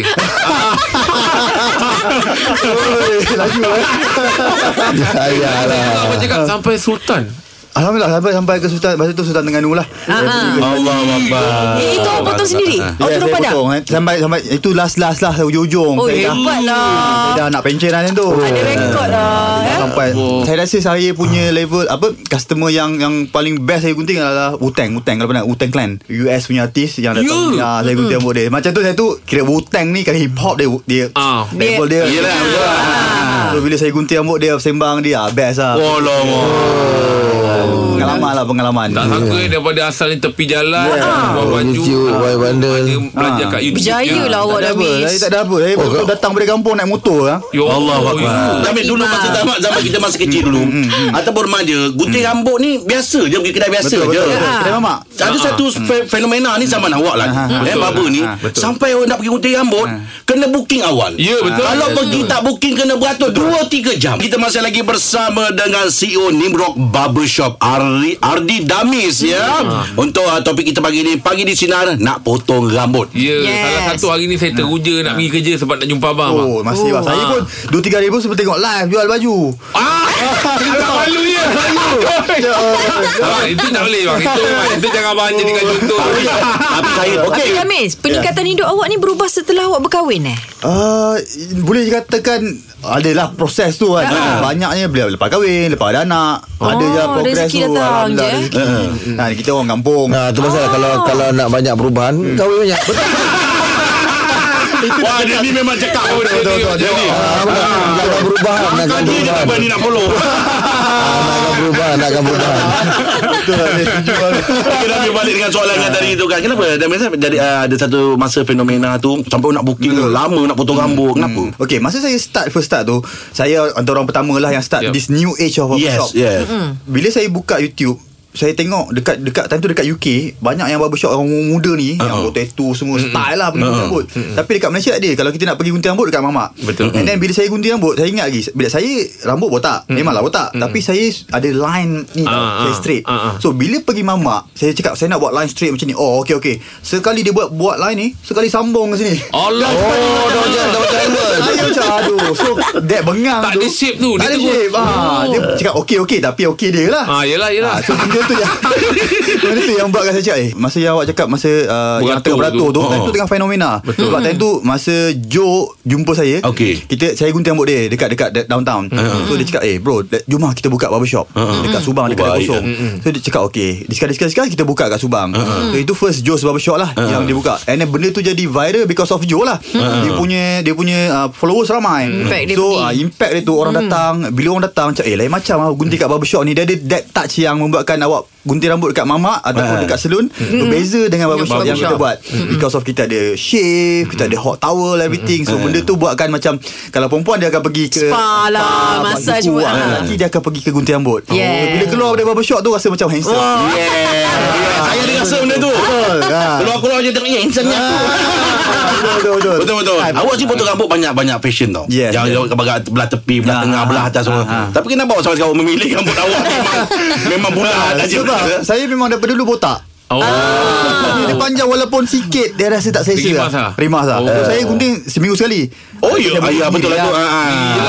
[SPEAKER 8] Oi, Laju eh
[SPEAKER 5] Ayalah
[SPEAKER 4] Abang cakap sampai Sultan
[SPEAKER 8] Alhamdulillah lah. sampai sampai ke Sultan Masa tu Sultan Tengganu lah
[SPEAKER 2] Allah Akbar.
[SPEAKER 3] Eh, itu orang potong sendiri? Ah, Oh,
[SPEAKER 8] Ya,
[SPEAKER 3] turun
[SPEAKER 8] saya
[SPEAKER 3] padang?
[SPEAKER 8] potong, eh. Sampai sampai Itu last last lah Ujung-ujung
[SPEAKER 3] Oh
[SPEAKER 8] Saya dah-
[SPEAKER 3] hebat
[SPEAKER 8] saya
[SPEAKER 3] lah
[SPEAKER 8] Dah nak pencen lah macam tu
[SPEAKER 3] Ada rekod lah
[SPEAKER 8] Dah
[SPEAKER 3] eh?
[SPEAKER 8] sampai
[SPEAKER 4] Oh.
[SPEAKER 8] saya rasa saya punya level apa customer yang yang paling best saya gunting adalah Wu-Tang Wu-Tang kalau pernah Wu-Tang Clan US punya artis yang datang
[SPEAKER 4] Ya.
[SPEAKER 8] yeah. saya gunting
[SPEAKER 2] Hmm.
[SPEAKER 8] rambut dia macam tu saya tu kira Wu-Tang ni kan hip hop dia dia
[SPEAKER 4] Ah.
[SPEAKER 8] level dia
[SPEAKER 2] Yelah, betul lah.
[SPEAKER 8] so bila saya gunting rambut dia sembang dia ah, best lah
[SPEAKER 2] Oh, Hmm.
[SPEAKER 8] pengalaman lah pengalaman
[SPEAKER 4] Tak sangka eh Daripada asal ni tepi jalan yeah. Buat baju
[SPEAKER 5] YouTube, buat bandel.
[SPEAKER 4] Belanja, belanja kat YouTube Ya.
[SPEAKER 3] Berjaya lah awak
[SPEAKER 8] ada
[SPEAKER 3] dah
[SPEAKER 8] apa saya
[SPEAKER 3] miss
[SPEAKER 8] tak ada apa
[SPEAKER 5] Oh,
[SPEAKER 8] saya betul datang dari kampung naik motor lah
[SPEAKER 4] Ya
[SPEAKER 2] Allah Akbar. Tapi dulu
[SPEAKER 3] Iman.
[SPEAKER 2] masa zaman, zaman kita masa kecil dulu
[SPEAKER 8] Hmm,
[SPEAKER 2] ataupun remaja, gunting rambut ni biasa je pergi kedai biasa
[SPEAKER 8] betul
[SPEAKER 2] je. Ha.
[SPEAKER 8] betul, betul. kedai mamak Ha, Hmm.
[SPEAKER 2] Ada satu fe- fenomena ni zaman awak lah Eh
[SPEAKER 4] Betul.
[SPEAKER 2] baba ni Sampai orang nak pergi gunting rambut
[SPEAKER 8] Ha.
[SPEAKER 2] Kena booking awal
[SPEAKER 4] Ya, betul.
[SPEAKER 2] Kalau
[SPEAKER 4] Betul.
[SPEAKER 2] pergi tak booking Kena beratur 2-3 jam Kita masih lagi bersama Dengan CEO Nimrod Barbershop Ardi, Ardi Damis ya
[SPEAKER 4] Ha.
[SPEAKER 2] Untuk uh, topik kita pagi ni Pagi di Sinar Nak potong rambut
[SPEAKER 4] Ya yes.
[SPEAKER 3] Yes.
[SPEAKER 4] Salah satu hari ni Saya teruja nak pergi kerja Sebab nak jumpa abang abang.
[SPEAKER 8] Oh, masih lah. Saya pun 2-3 hari pun sebelum tengok live jual baju.
[SPEAKER 4] Ah, tak malu ya. Ah, itu tak boleh bang. Itu itu jangan abang jadikan contoh.
[SPEAKER 2] Tapi, tapi saya
[SPEAKER 3] Tapi
[SPEAKER 2] Okey
[SPEAKER 3] Damis Peningkatan
[SPEAKER 8] Ya.
[SPEAKER 3] hidup awak ni Berubah setelah awak berkahwin eh
[SPEAKER 8] Uh, boleh dikatakan adalah proses tu kan. Ha. Banyaknya bila lepas kahwin, lepas ada anak, oh, ada je lah
[SPEAKER 3] Oh,
[SPEAKER 8] progres
[SPEAKER 3] rezeki
[SPEAKER 8] tu.
[SPEAKER 3] datang
[SPEAKER 8] Alhamdulillah,
[SPEAKER 3] je, eh.
[SPEAKER 8] rezeki. Ha, kita orang kampung.
[SPEAKER 5] Nah, tu pasal lah, kalau kalau nak banyak perubahan,
[SPEAKER 3] Hmm.
[SPEAKER 5] kahwin banyak. Betul.
[SPEAKER 2] Wah dia ni memang cakap
[SPEAKER 4] Oh, dia- dia- dia-
[SPEAKER 2] Jadi
[SPEAKER 5] Ah, bukan, Nakkan perubahan, nakkan
[SPEAKER 2] Makan dia je tak
[SPEAKER 5] perubahan.
[SPEAKER 2] berani nak follow
[SPEAKER 5] Ah, Nakkan perubahan, nakkan perubahan.
[SPEAKER 8] Betul lah, dia setuju lah.
[SPEAKER 2] Kita ambil balik dengan soalan yang tadi tu kan Kenapa Dan biasa Dari uh, ada satu masa fenomena tu Sampai nak booking Lama nak potong
[SPEAKER 8] Hmm.
[SPEAKER 2] rambut Kenapa
[SPEAKER 8] Okay, masa saya start first start tu, saya antara orang pertama lah yang start
[SPEAKER 4] Yup.
[SPEAKER 8] yep. this new age of barbershop.
[SPEAKER 2] Ya. Yes Yes
[SPEAKER 8] Bila saya buka YouTube saya tengok dekat dekat time tu dekat UK banyak yang barbershop orang muda ni uh-huh. yang buat tattoo semua uh-huh. style lah pergi gunting rambut. Tapi dekat Malaysia tak ada. Kalau kita nak pergi gunting rambut dekat mamak.
[SPEAKER 4] Betul.
[SPEAKER 8] And then bila saya gunting rambut saya ingat lagi bila saya rambut botak memanglah botak tapi saya ada line ni tau,
[SPEAKER 4] Ah,
[SPEAKER 8] saya
[SPEAKER 4] ah,
[SPEAKER 8] straight.
[SPEAKER 4] ah, ah.
[SPEAKER 8] So bila pergi mamak saya cakap saya nak buat line straight macam ni. Oh okey okey. Sekali dia buat buat line ni sekali sambung ke sini.
[SPEAKER 4] Allah.
[SPEAKER 5] Oh, dah macam dah macam Iman.
[SPEAKER 8] Saya macam aduh So That bengang
[SPEAKER 4] Tak
[SPEAKER 8] tu
[SPEAKER 4] ada shape tu, dia
[SPEAKER 8] Tak ada
[SPEAKER 4] tengok.
[SPEAKER 8] shape ha, Dia cakap okey okey Tapi okey dia lah
[SPEAKER 4] Ah, yelah, yelah.
[SPEAKER 8] Ah, So benda tu yang Benda tu yang buatkan saya cakap Eh masa yang awak cakap Masa uh,
[SPEAKER 4] Beratur
[SPEAKER 8] yang tengah beratur
[SPEAKER 4] tu.
[SPEAKER 8] tu
[SPEAKER 2] Oh.
[SPEAKER 8] Time
[SPEAKER 2] Hmm.
[SPEAKER 8] tu tengah fenomena
[SPEAKER 4] Betul.
[SPEAKER 8] Sebab time tu Masa Joe Jumpa saya
[SPEAKER 2] Okey. Hmm.
[SPEAKER 8] kita Saya gunting rambut dia Dekat dekat downtown So dia cakap Eh bro let- Jom lah kita buka barbershop Dekat Subang Dekat
[SPEAKER 2] Oh, baik.
[SPEAKER 8] kosong So dia cakap okey Discuss-discuss Kita buka kat Subang
[SPEAKER 2] Hmm.
[SPEAKER 8] So itu first Joe's barbershop lah Yang dia buka And then benda tu jadi viral Because of Joe lah
[SPEAKER 2] Hmm.
[SPEAKER 8] Dia punya Dia punya uh, followers ramai
[SPEAKER 3] Impact dia
[SPEAKER 8] So
[SPEAKER 3] pergi.
[SPEAKER 8] ah,
[SPEAKER 3] Hmm.
[SPEAKER 8] impact dia tu Orang datang Bila orang datang Macam eh lain macam lah Gunting kat barbershop ni Dia ada that touch yang Membuatkan awak gunting rambut dekat mamak ataupun
[SPEAKER 2] Ah.
[SPEAKER 8] dekat salon berbeza dengan barbershop yang kita
[SPEAKER 4] Barbershop.
[SPEAKER 8] buat
[SPEAKER 3] Hmm.
[SPEAKER 8] because of kita ada shave kita ada hot towel everything so
[SPEAKER 2] Hmm.
[SPEAKER 8] benda tu buatkan macam kalau perempuan dia akan pergi ke
[SPEAKER 3] Spa lah,
[SPEAKER 8] buat
[SPEAKER 3] massage pun.
[SPEAKER 8] kuku, ah,
[SPEAKER 3] Ah.
[SPEAKER 2] Hmm.
[SPEAKER 8] lelaki dia akan pergi ke gunting rambut Oh,
[SPEAKER 3] Yeah.
[SPEAKER 8] bila keluar dari barbershop tu rasa macam handsome
[SPEAKER 2] Yeah. Saya ada rasa benda tu.
[SPEAKER 8] Hmm. ah.
[SPEAKER 2] Keluar-keluar je tengok "Eh, handsome ni aku.
[SPEAKER 8] betul betul betul,
[SPEAKER 2] Betul betul. Awak sih potong rambut banyak-banyak fashion tau.
[SPEAKER 8] Yes,
[SPEAKER 2] Jangan
[SPEAKER 8] yes.
[SPEAKER 2] yeah. bagai belah tepi, belah
[SPEAKER 8] Ah,
[SPEAKER 2] tengah,
[SPEAKER 8] ah,
[SPEAKER 2] belah atas semua. Tapi kenapa awak sampai sekarang memilih rambut awak memang memang bulat aja.
[SPEAKER 8] Ah, sebab saya memang daripada dulu botak
[SPEAKER 4] Oh.
[SPEAKER 3] Ah.
[SPEAKER 8] Dia, dia panjang walaupun sikit Dia rasa tak selesa
[SPEAKER 4] Rimas
[SPEAKER 8] lah.
[SPEAKER 4] ah?
[SPEAKER 8] Rimas lah
[SPEAKER 4] Oh.
[SPEAKER 8] So saya gunting seminggu sekali
[SPEAKER 2] Oh ya, ah, ya betul lah tu. Ah, ah.
[SPEAKER 8] Dia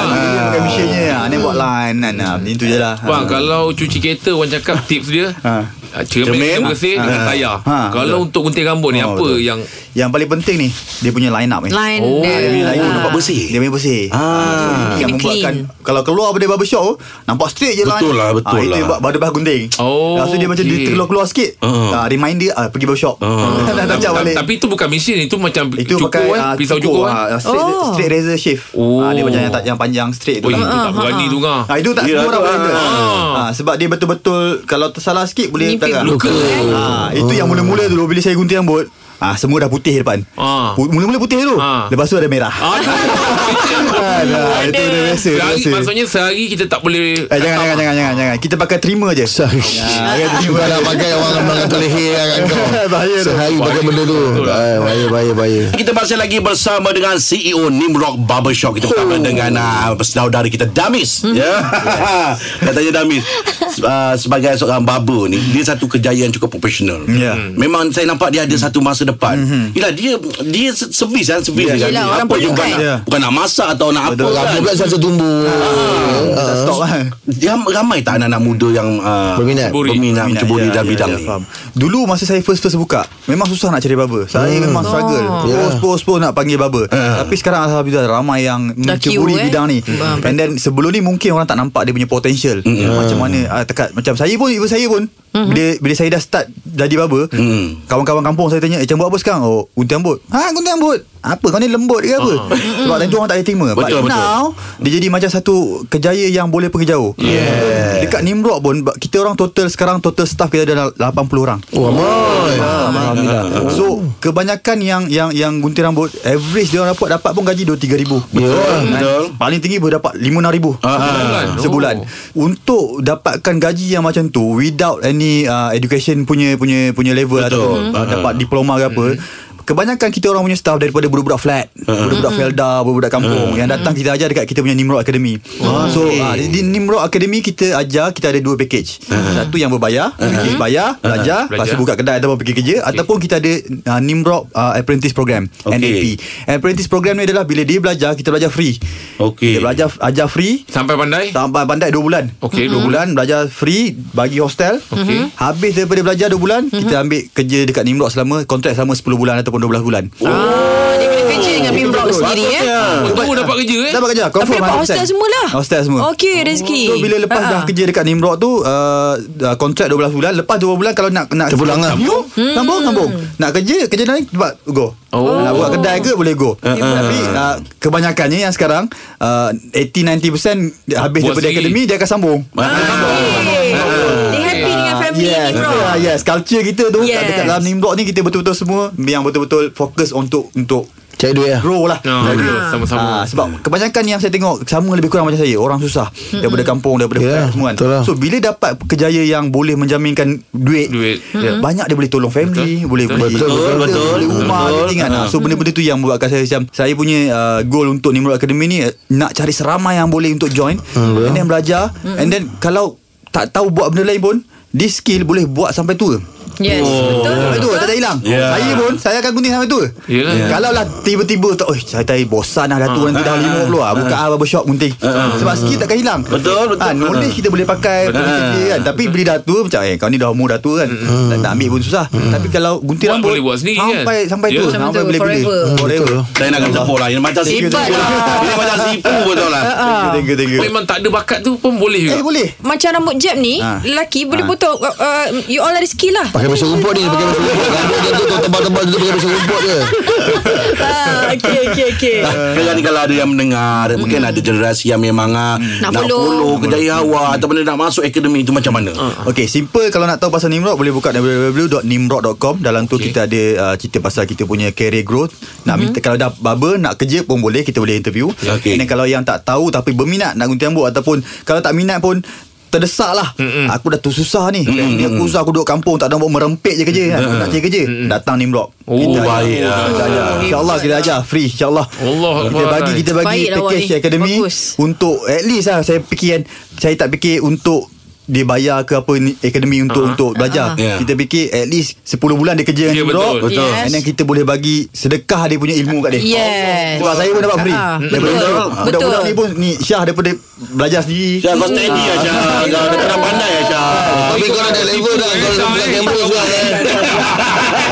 [SPEAKER 8] pakai mesinnya ah, Dia buat line kan ah, Itu je lah
[SPEAKER 4] Bang, kalau cuci kereta orang cakap tips dia
[SPEAKER 8] Ha.
[SPEAKER 4] ah, cermin,
[SPEAKER 2] Cermin.
[SPEAKER 4] cermin bersih dengan
[SPEAKER 8] Ha.
[SPEAKER 4] tayar.
[SPEAKER 8] Ha.
[SPEAKER 4] Kalau untuk gunting rambut ni
[SPEAKER 8] Oh,
[SPEAKER 4] apa
[SPEAKER 8] betul.
[SPEAKER 4] yang
[SPEAKER 8] Yang paling penting ni Dia punya line up ni
[SPEAKER 3] Line
[SPEAKER 4] Oh,
[SPEAKER 3] dia.
[SPEAKER 8] Dia punya line up
[SPEAKER 2] nampak bersih.
[SPEAKER 8] Dia punya bersih ah. Yang
[SPEAKER 3] Lebih
[SPEAKER 8] membuatkan Kalau keluar daripada barbershop Nampak straight je line
[SPEAKER 2] Betul lah, betul
[SPEAKER 8] Ah, Itu
[SPEAKER 2] lah.
[SPEAKER 8] yang buat bahan gunting
[SPEAKER 4] Oh,
[SPEAKER 8] Lepas tu dia macam
[SPEAKER 4] okey.
[SPEAKER 8] Dia keluar-keluar sikit
[SPEAKER 2] Ah.
[SPEAKER 8] ah, Remind dia ah, Pergi barbershop Dah
[SPEAKER 4] tapi,
[SPEAKER 8] tajam balik
[SPEAKER 4] tapi itu bukan mesin, itu macam
[SPEAKER 8] itu
[SPEAKER 4] cukur
[SPEAKER 8] pakai
[SPEAKER 2] eh?
[SPEAKER 4] kan,
[SPEAKER 8] ah,
[SPEAKER 4] pisau cukur kan.
[SPEAKER 8] ah, straight,
[SPEAKER 3] Oh.
[SPEAKER 8] straight razor shave
[SPEAKER 4] Oh.
[SPEAKER 8] Ah, Dia macam yang, ta- yang panjang straight tu
[SPEAKER 4] Oi,
[SPEAKER 8] lah.
[SPEAKER 4] itu Oh, tak berani tu ngah.
[SPEAKER 8] Ha, itu tak
[SPEAKER 2] Ya,
[SPEAKER 8] semua orang
[SPEAKER 2] tu, ah.
[SPEAKER 8] boleh ada. Ha, sebab dia betul-betul kalau tersalah sikit boleh
[SPEAKER 3] Mimpi
[SPEAKER 8] terang.
[SPEAKER 3] luka.
[SPEAKER 8] Ha, itu yang mula-mula dulu bila saya gunting rambut. Ah ha, semua dah putih depan.
[SPEAKER 4] Ah.
[SPEAKER 8] Pu- Mula-mula putih tu.
[SPEAKER 4] Ah.
[SPEAKER 8] Lepas tu ada merah. Ha. Ah, dah, itu dah biasa. dah
[SPEAKER 4] Sehari,
[SPEAKER 8] biasa.
[SPEAKER 4] maksudnya sehari kita tak boleh
[SPEAKER 8] Eh, jangan, jangan, jangan, jangan, jangan. Kita pakai terima je. Ah, kan,
[SPEAKER 5] Kau
[SPEAKER 8] terima.
[SPEAKER 5] nak lah, pakai orang orang kata leher lah kat kau
[SPEAKER 8] Bahaya tu.
[SPEAKER 5] Sehari pakai benda tu Ah, Bahaya bahaya bahaya
[SPEAKER 2] Kita masih lagi bersama dengan CEO Nimrock Barbershop. Kita bersama
[SPEAKER 8] Oh.
[SPEAKER 2] dengan uh, saudara kita Damis.
[SPEAKER 8] Hmm.
[SPEAKER 2] Ya. Katanya Damis uh, sebagai seorang barber ni dia satu kejayaan cukup profesional. Hmm.
[SPEAKER 8] Ya. Hmm.
[SPEAKER 2] Memang saya nampak dia ada satu masa depan. Yalah dia dia se- servis kan servis
[SPEAKER 8] Ya.
[SPEAKER 2] kan.
[SPEAKER 3] Yelah, orang
[SPEAKER 2] Apa juga
[SPEAKER 3] perlukan.
[SPEAKER 2] nak,
[SPEAKER 8] Ya.
[SPEAKER 2] bukan nak masak atau nak apa
[SPEAKER 8] Betul.
[SPEAKER 2] kan.
[SPEAKER 5] Rambut kan selalu tumbuh Ah.
[SPEAKER 8] Tak stop lah.
[SPEAKER 2] Dia ramai tak anak-anak muda yang uh,
[SPEAKER 5] Berminat.
[SPEAKER 2] berminat menceburi dalam bidang ni.
[SPEAKER 8] Ya, lah. faham. Dulu masa saya first first buka Memang susah nak cari barber Saya memang struggle oh. Post post post nak panggil barber
[SPEAKER 2] Ah.
[SPEAKER 8] Tapi sekarang Alhamdulillah Ramai yang
[SPEAKER 3] Dah queue,
[SPEAKER 8] menceburi
[SPEAKER 3] eh?
[SPEAKER 8] bidang ni
[SPEAKER 3] Faham.
[SPEAKER 8] And then sebelum ni Mungkin orang tak nampak Dia punya potential Macam mana ah, tekat, Macam saya pun Even saya pun
[SPEAKER 3] Mm-hmm.
[SPEAKER 8] bila, bila saya dah start Jadi barber
[SPEAKER 2] Mm.
[SPEAKER 8] Kawan-kawan kampung saya tanya Eh macam buat apa sekarang Oh gunting rambut Ha gunting rambut Apa kau ni lembut ke apa Sebab time tu orang tak boleh terima
[SPEAKER 2] Betul, betul.
[SPEAKER 8] But now Dia jadi macam satu Kejaya yang boleh pergi jauh yeah. Dekat Nimrod pun ba- Kita orang total Sekarang total staff kita ada 80 orang
[SPEAKER 5] Oh amoy
[SPEAKER 8] Alhamdulillah So kebanyakan yang Yang yang gunting rambut Average dia orang dapat Dapat pun gaji 2-3 ribu
[SPEAKER 5] Ya
[SPEAKER 2] Betul.
[SPEAKER 8] Paling tinggi boleh dapat 5-6 ribu
[SPEAKER 4] Sebulan.
[SPEAKER 8] Ah, sebulan.
[SPEAKER 4] Oh.
[SPEAKER 8] Untuk dapatkan gaji yang macam tu without any uh, education punya punya punya level Betul. atau uh,
[SPEAKER 2] Ah,
[SPEAKER 8] dapat diploma ke apa. Kebanyakan kita orang punya staff daripada budak-budak flat,
[SPEAKER 4] Ha,
[SPEAKER 8] budak-budak felda, budak-budak kampung yang datang kita ajar dekat kita punya Nimrod Academy. So uh, di Nimrod Academy kita ajar kita ada dua package. Satu yang berbayar, pergi
[SPEAKER 6] Hmm.
[SPEAKER 8] bayar, belajar, lepas
[SPEAKER 4] Belajar.
[SPEAKER 8] tu buka kedai ataupun pergi kerja ataupun kita ada uh, Nimrod uh, Apprentice Program,
[SPEAKER 2] Okey.
[SPEAKER 8] NAP. Apprentice Program ni adalah bila dia belajar kita belajar free.
[SPEAKER 2] Okey.
[SPEAKER 8] Dia belajar ajar free
[SPEAKER 4] sampai pandai.
[SPEAKER 8] Sampai pandai 2 bulan
[SPEAKER 4] Okey, dua
[SPEAKER 8] 2 bulan Belajar free Bagi hostel
[SPEAKER 4] Okey.
[SPEAKER 8] Habis daripada belajar 2 bulan
[SPEAKER 3] Mhm.
[SPEAKER 8] Kita ambil kerja dekat Nimrod selama Kontrak selama 10 bulan Ataupun 12 bulan
[SPEAKER 3] Ah, dia boleh kerja dengan Bimbrock
[SPEAKER 8] Oh. betul.
[SPEAKER 3] sendiri eh.
[SPEAKER 4] Oh, tu dapat kerja eh.
[SPEAKER 8] Dapat kerja
[SPEAKER 3] Tapi
[SPEAKER 8] Confirm
[SPEAKER 3] dapat
[SPEAKER 8] 100%.
[SPEAKER 3] hostel semua lah.
[SPEAKER 8] Hostel semua
[SPEAKER 3] Okey, rezeki. Ah.
[SPEAKER 8] So bila lepas
[SPEAKER 3] Ha-ha.
[SPEAKER 8] dah kerja dekat Nimrod tu uh, uh, Kontrak 12 bulan Lepas 2 bulan Kalau nak nak
[SPEAKER 5] Terpulang lah.
[SPEAKER 8] Sambung
[SPEAKER 3] Hmm.
[SPEAKER 8] Sambung Sambung Nak kerja Kerja lain Buat go
[SPEAKER 4] Oh.
[SPEAKER 8] Nak buat kedai ke Boleh go Tapi uh, Kebanyakannya yang sekarang uh, 80-90% dia Habis
[SPEAKER 4] Buat sendiri.
[SPEAKER 8] daripada
[SPEAKER 4] Ha.
[SPEAKER 8] akademi Dia akan sambung
[SPEAKER 4] Ah.
[SPEAKER 3] Hey. Dia happy dengan family
[SPEAKER 8] Ah. yes,
[SPEAKER 3] ni bro.
[SPEAKER 8] betul lah, Yes, culture kita tu yes.
[SPEAKER 3] Yes.
[SPEAKER 8] dekat dalam Nimrod ni kita betul-betul semua yang betul-betul fokus untuk untuk
[SPEAKER 5] Cari duit lah
[SPEAKER 8] grow lah.
[SPEAKER 4] Ah, betul. Sama-sama.
[SPEAKER 8] Ah,
[SPEAKER 5] Hmm.
[SPEAKER 8] sebab kebanyakan yang saya tengok sama lebih kurang macam saya, orang susah daripada kampung, daripada
[SPEAKER 5] Yelah,
[SPEAKER 8] yeah, semua kan.
[SPEAKER 5] betul lah.
[SPEAKER 8] So bila dapat kerjaya yang boleh menjaminkan duit,
[SPEAKER 4] Duit.
[SPEAKER 8] yeah. banyak dia boleh tolong
[SPEAKER 4] Betul.
[SPEAKER 8] family, boleh
[SPEAKER 4] Betul.
[SPEAKER 8] beli
[SPEAKER 5] Betul, betul,
[SPEAKER 8] kereta,
[SPEAKER 5] betul.
[SPEAKER 8] beli rumah,
[SPEAKER 2] Betul.
[SPEAKER 8] everything kan. Ah, So benda-benda tu yang membuatkan saya macam saya punya uh, goal untuk Nimrod Academy ni eh, nak cari seramai yang boleh untuk join
[SPEAKER 5] Hmm,
[SPEAKER 8] and then belajar and then kalau tak tahu buat benda lain pun this skill boleh buat sampai tua.
[SPEAKER 3] Yes, betul.
[SPEAKER 8] Sampai tua tak,
[SPEAKER 3] betul.
[SPEAKER 8] tak hilang
[SPEAKER 2] Yeah.
[SPEAKER 5] Ya.
[SPEAKER 8] yeah. Saya pun Saya akan gunting sampai tua
[SPEAKER 5] Hmm.
[SPEAKER 4] Yelah.
[SPEAKER 8] yeah. Kalau lah tiba-tiba tak, Oh saya tak bosan lah Datuk nanti
[SPEAKER 5] Hmm.
[SPEAKER 8] dah 50 lah Buka ah, barbershop gunting Sebab skill takkan hilang
[SPEAKER 2] Betul, betul.
[SPEAKER 8] ha, Knowledge kita boleh pakai boleh kerja kan. Tapi bila dah tua Macam eh kau ni dah umur dah tua kan tak, nak ambil pun susah Tapi kalau gunting
[SPEAKER 4] Buat
[SPEAKER 8] rambut
[SPEAKER 4] boleh buat sendiri kan.
[SPEAKER 8] Sampai sampai
[SPEAKER 4] Yeah.
[SPEAKER 8] tua
[SPEAKER 3] Macam tu,
[SPEAKER 8] Sampai boleh gunting
[SPEAKER 3] forever.
[SPEAKER 8] Forever
[SPEAKER 2] Saya nak kata bola yang macam sipu.
[SPEAKER 3] Hebat
[SPEAKER 2] lah.
[SPEAKER 3] lah.
[SPEAKER 2] Dia macam sipu betul lah.
[SPEAKER 8] Thank you thank you
[SPEAKER 4] Memang tak ada bakat tu pun boleh juga.
[SPEAKER 8] Eh boleh
[SPEAKER 3] Macam rambut jab ni
[SPEAKER 8] Ha.
[SPEAKER 3] Lelaki boleh
[SPEAKER 8] Ha.
[SPEAKER 3] potong uh, uh, You all ada skill lah
[SPEAKER 5] Pakai basuh rumput ni Dia pakai basuh rumput Rambut dia tu tebal-tebal Dia pakai basuh rumput je
[SPEAKER 3] Ah, okey okey okey.
[SPEAKER 2] Sekarang ni kalau ada yang mendengar hmm. Mungkin ada generasi yang memang hmm.
[SPEAKER 3] Nak follow.
[SPEAKER 2] Kedai awak Ataupun dia nak masuk akademi tu macam mana uh.
[SPEAKER 8] Okey, simple kalau nak tahu pasal Nimrod boleh buka www.nimrod.com. Dalam tu
[SPEAKER 4] Okey.
[SPEAKER 8] kita ada uh, cerita pasal kita punya career growth. Nak minta kalau dah baba nak kerja pun boleh, kita boleh interview.
[SPEAKER 2] Ya, okey.
[SPEAKER 8] And then kalau yang tak tahu tapi berminat nak gunting rambut ataupun kalau tak minat pun terdesak lah Mm-mm. Aku dah tu susah ni mm-hmm. Ni aku susah Aku duduk kampung Tak ada orang merempek je kerja kan. Aku nak cari kerja Datang Nimrod
[SPEAKER 4] Oh,
[SPEAKER 2] baik lah.
[SPEAKER 8] kita ajar. InsyaAllah kita ajar Free insyaAllah
[SPEAKER 4] Allah
[SPEAKER 8] Kita
[SPEAKER 4] Akbar.
[SPEAKER 8] bagi Kita bagi
[SPEAKER 3] Baiklah awak
[SPEAKER 8] package
[SPEAKER 3] ni.
[SPEAKER 8] akademi
[SPEAKER 3] Bagus.
[SPEAKER 8] untuk at least lah saya fikir kan saya tak fikir untuk dia bayar ke apa ni akademi untuk uh-huh. untuk belajar.
[SPEAKER 2] Ya.
[SPEAKER 8] Uh-huh. Kita fikir at least 10 bulan dia kerja
[SPEAKER 4] Ah. Ya,
[SPEAKER 8] dengan
[SPEAKER 4] betul.
[SPEAKER 8] Nimrod.
[SPEAKER 2] Betul.
[SPEAKER 8] And then kita boleh bagi sedekah dia punya ilmu kat dia.
[SPEAKER 3] Yes.
[SPEAKER 8] Sebab saya pun dapat free.
[SPEAKER 3] Ah,
[SPEAKER 8] Uh-huh.
[SPEAKER 3] betul.
[SPEAKER 8] Budak-budak
[SPEAKER 3] Betul.
[SPEAKER 8] ni pun ni Syah daripada belajar sendiri.
[SPEAKER 2] Syah kau steady lah Syah Kau dah kena pandai lah Syah
[SPEAKER 5] Tapi kau dah ada level dah Kau dah bukan kamera sekarang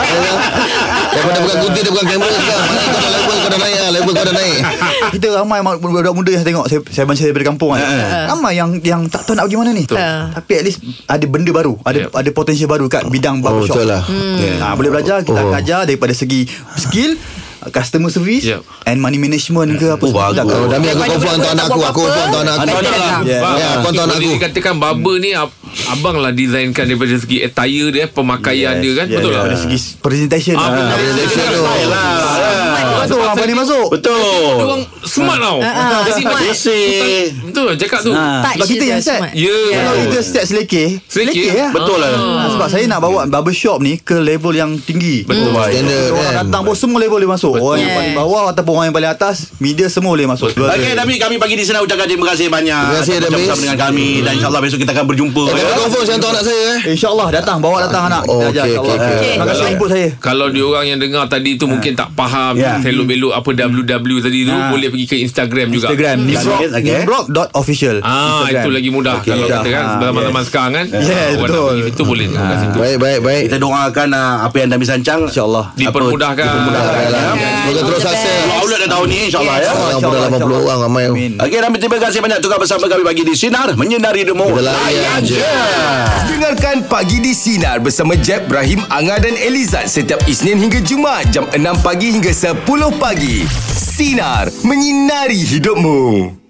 [SPEAKER 5] Daripada bukan kunti Dia bukan kamera sekarang Mana Kau dah level Kau dah naik lah Level kau dah naik
[SPEAKER 8] Kita ramai mak- budak-budak muda yang saya tengok saya, saya macam saya daripada kampung
[SPEAKER 4] Eh,
[SPEAKER 8] kan. Ramai yang yang tak tahu nak pergi mana ni.
[SPEAKER 3] Ah.
[SPEAKER 8] Tapi at least ada benda baru, ada
[SPEAKER 4] Yep.
[SPEAKER 8] ada potensi baru kat bidang
[SPEAKER 5] Oh
[SPEAKER 8] barbershop.
[SPEAKER 5] betul lah
[SPEAKER 8] Yeah. Ha, boleh belajar kita
[SPEAKER 5] Oh.
[SPEAKER 8] oh. ajar daripada segi skill customer service
[SPEAKER 4] Yep.
[SPEAKER 8] and money management ke apa
[SPEAKER 2] Oh,
[SPEAKER 8] semua.
[SPEAKER 2] bagus.
[SPEAKER 5] Oh, Dami aku
[SPEAKER 3] Daripada
[SPEAKER 5] confirm hantar
[SPEAKER 3] benda
[SPEAKER 5] anak aku
[SPEAKER 3] tak
[SPEAKER 5] Aku
[SPEAKER 3] buat
[SPEAKER 5] confirm
[SPEAKER 3] apa-apa,
[SPEAKER 5] hantar anak aku
[SPEAKER 3] Anak
[SPEAKER 4] datang.
[SPEAKER 8] Yeah.
[SPEAKER 5] Ya aku hantar anak aku
[SPEAKER 4] Boleh dikatakan barber ni ab- Abang lah designkan daripada segi attire dia eh, Pemakaian dia kan Betul lah
[SPEAKER 8] Dari segi presentation
[SPEAKER 4] Ah,
[SPEAKER 8] lah.
[SPEAKER 4] betul.
[SPEAKER 5] Presentation tu
[SPEAKER 8] Ah, tu orang pandai masuk.
[SPEAKER 2] Betul
[SPEAKER 4] Dia orang smart tau
[SPEAKER 3] ah,
[SPEAKER 4] Dia smart.
[SPEAKER 2] Bersih
[SPEAKER 4] Betul lah cakap tu
[SPEAKER 8] Ah,
[SPEAKER 3] Touch
[SPEAKER 8] sebab kita
[SPEAKER 3] dia
[SPEAKER 8] yang set.
[SPEAKER 3] smart.
[SPEAKER 4] Ya
[SPEAKER 8] Kalau kita set selekeh,
[SPEAKER 4] Selekeh,
[SPEAKER 8] selekeh lah.
[SPEAKER 2] Betul lah
[SPEAKER 8] Ah, sebab saya nak bawa barbershop ni ke level yang tinggi.
[SPEAKER 4] Betul
[SPEAKER 5] Standard
[SPEAKER 8] Oh, Orang
[SPEAKER 5] kan
[SPEAKER 8] datang pun semua level boleh masuk. Orang yang
[SPEAKER 3] Yes.
[SPEAKER 8] paling bawah ataupun orang yang paling atas, media semua boleh masuk.
[SPEAKER 2] Okey Dami kami pagi di sana ucapkan terima kasih banyak.
[SPEAKER 5] Terima kasih,
[SPEAKER 2] Atas
[SPEAKER 5] Damis.
[SPEAKER 2] bersama dengan kami dan insyaallah besok kita akan berjumpa.
[SPEAKER 5] Eh, Tapi confirm saya hantar anak saya eh
[SPEAKER 8] InsyaAllah datang Bawa datang anak
[SPEAKER 5] Oh, okey,
[SPEAKER 8] Kita ajar,
[SPEAKER 5] okey,
[SPEAKER 8] insyaAllah.
[SPEAKER 5] okey.
[SPEAKER 8] Terima kasih input saya
[SPEAKER 4] Kalau dia orang yang dengar tadi
[SPEAKER 8] Ah.
[SPEAKER 4] tu Mungkin tak faham
[SPEAKER 2] Ya.
[SPEAKER 4] Selok-belok apa WW tadi tu Boleh pergi ke Instagram juga
[SPEAKER 8] Hmm. Instagram Nimrod
[SPEAKER 2] Okey.
[SPEAKER 8] Nimrod dot official
[SPEAKER 4] Ah,
[SPEAKER 8] Instagram.
[SPEAKER 4] itu lagi mudah
[SPEAKER 2] Okey.
[SPEAKER 4] Kalau
[SPEAKER 8] Mudah.
[SPEAKER 4] kata kan
[SPEAKER 8] Ah,
[SPEAKER 4] Zaman-zaman
[SPEAKER 8] yes.
[SPEAKER 4] sekarang kan
[SPEAKER 8] Yes,
[SPEAKER 4] Orang nak
[SPEAKER 8] betul. Ah.
[SPEAKER 4] pergi Itu boleh tengok kat situ
[SPEAKER 5] Baik baik baik
[SPEAKER 2] Kita doakan uh, apa yang Dami sancang
[SPEAKER 8] InsyaAllah
[SPEAKER 4] Dipermudahkan
[SPEAKER 2] dipermudahkan. ya.
[SPEAKER 5] Semoga terus sukses
[SPEAKER 2] Dua outlet dah tahun ni insyaallah ya.
[SPEAKER 5] Orang pun dah 80 orang ramai
[SPEAKER 8] Amin.
[SPEAKER 2] Okey Dami terima kasih banyak tukar bersama kami pagi di sinar menyinari demo.
[SPEAKER 5] Kita layan je
[SPEAKER 1] Dengarkan Pagi di Sinar bersama Jeb, Ibrahim, Anga dan Elizad setiap Isnin hingga Jumaat jam 6 pagi hingga 10 pagi. Sinar, menyinari hidupmu.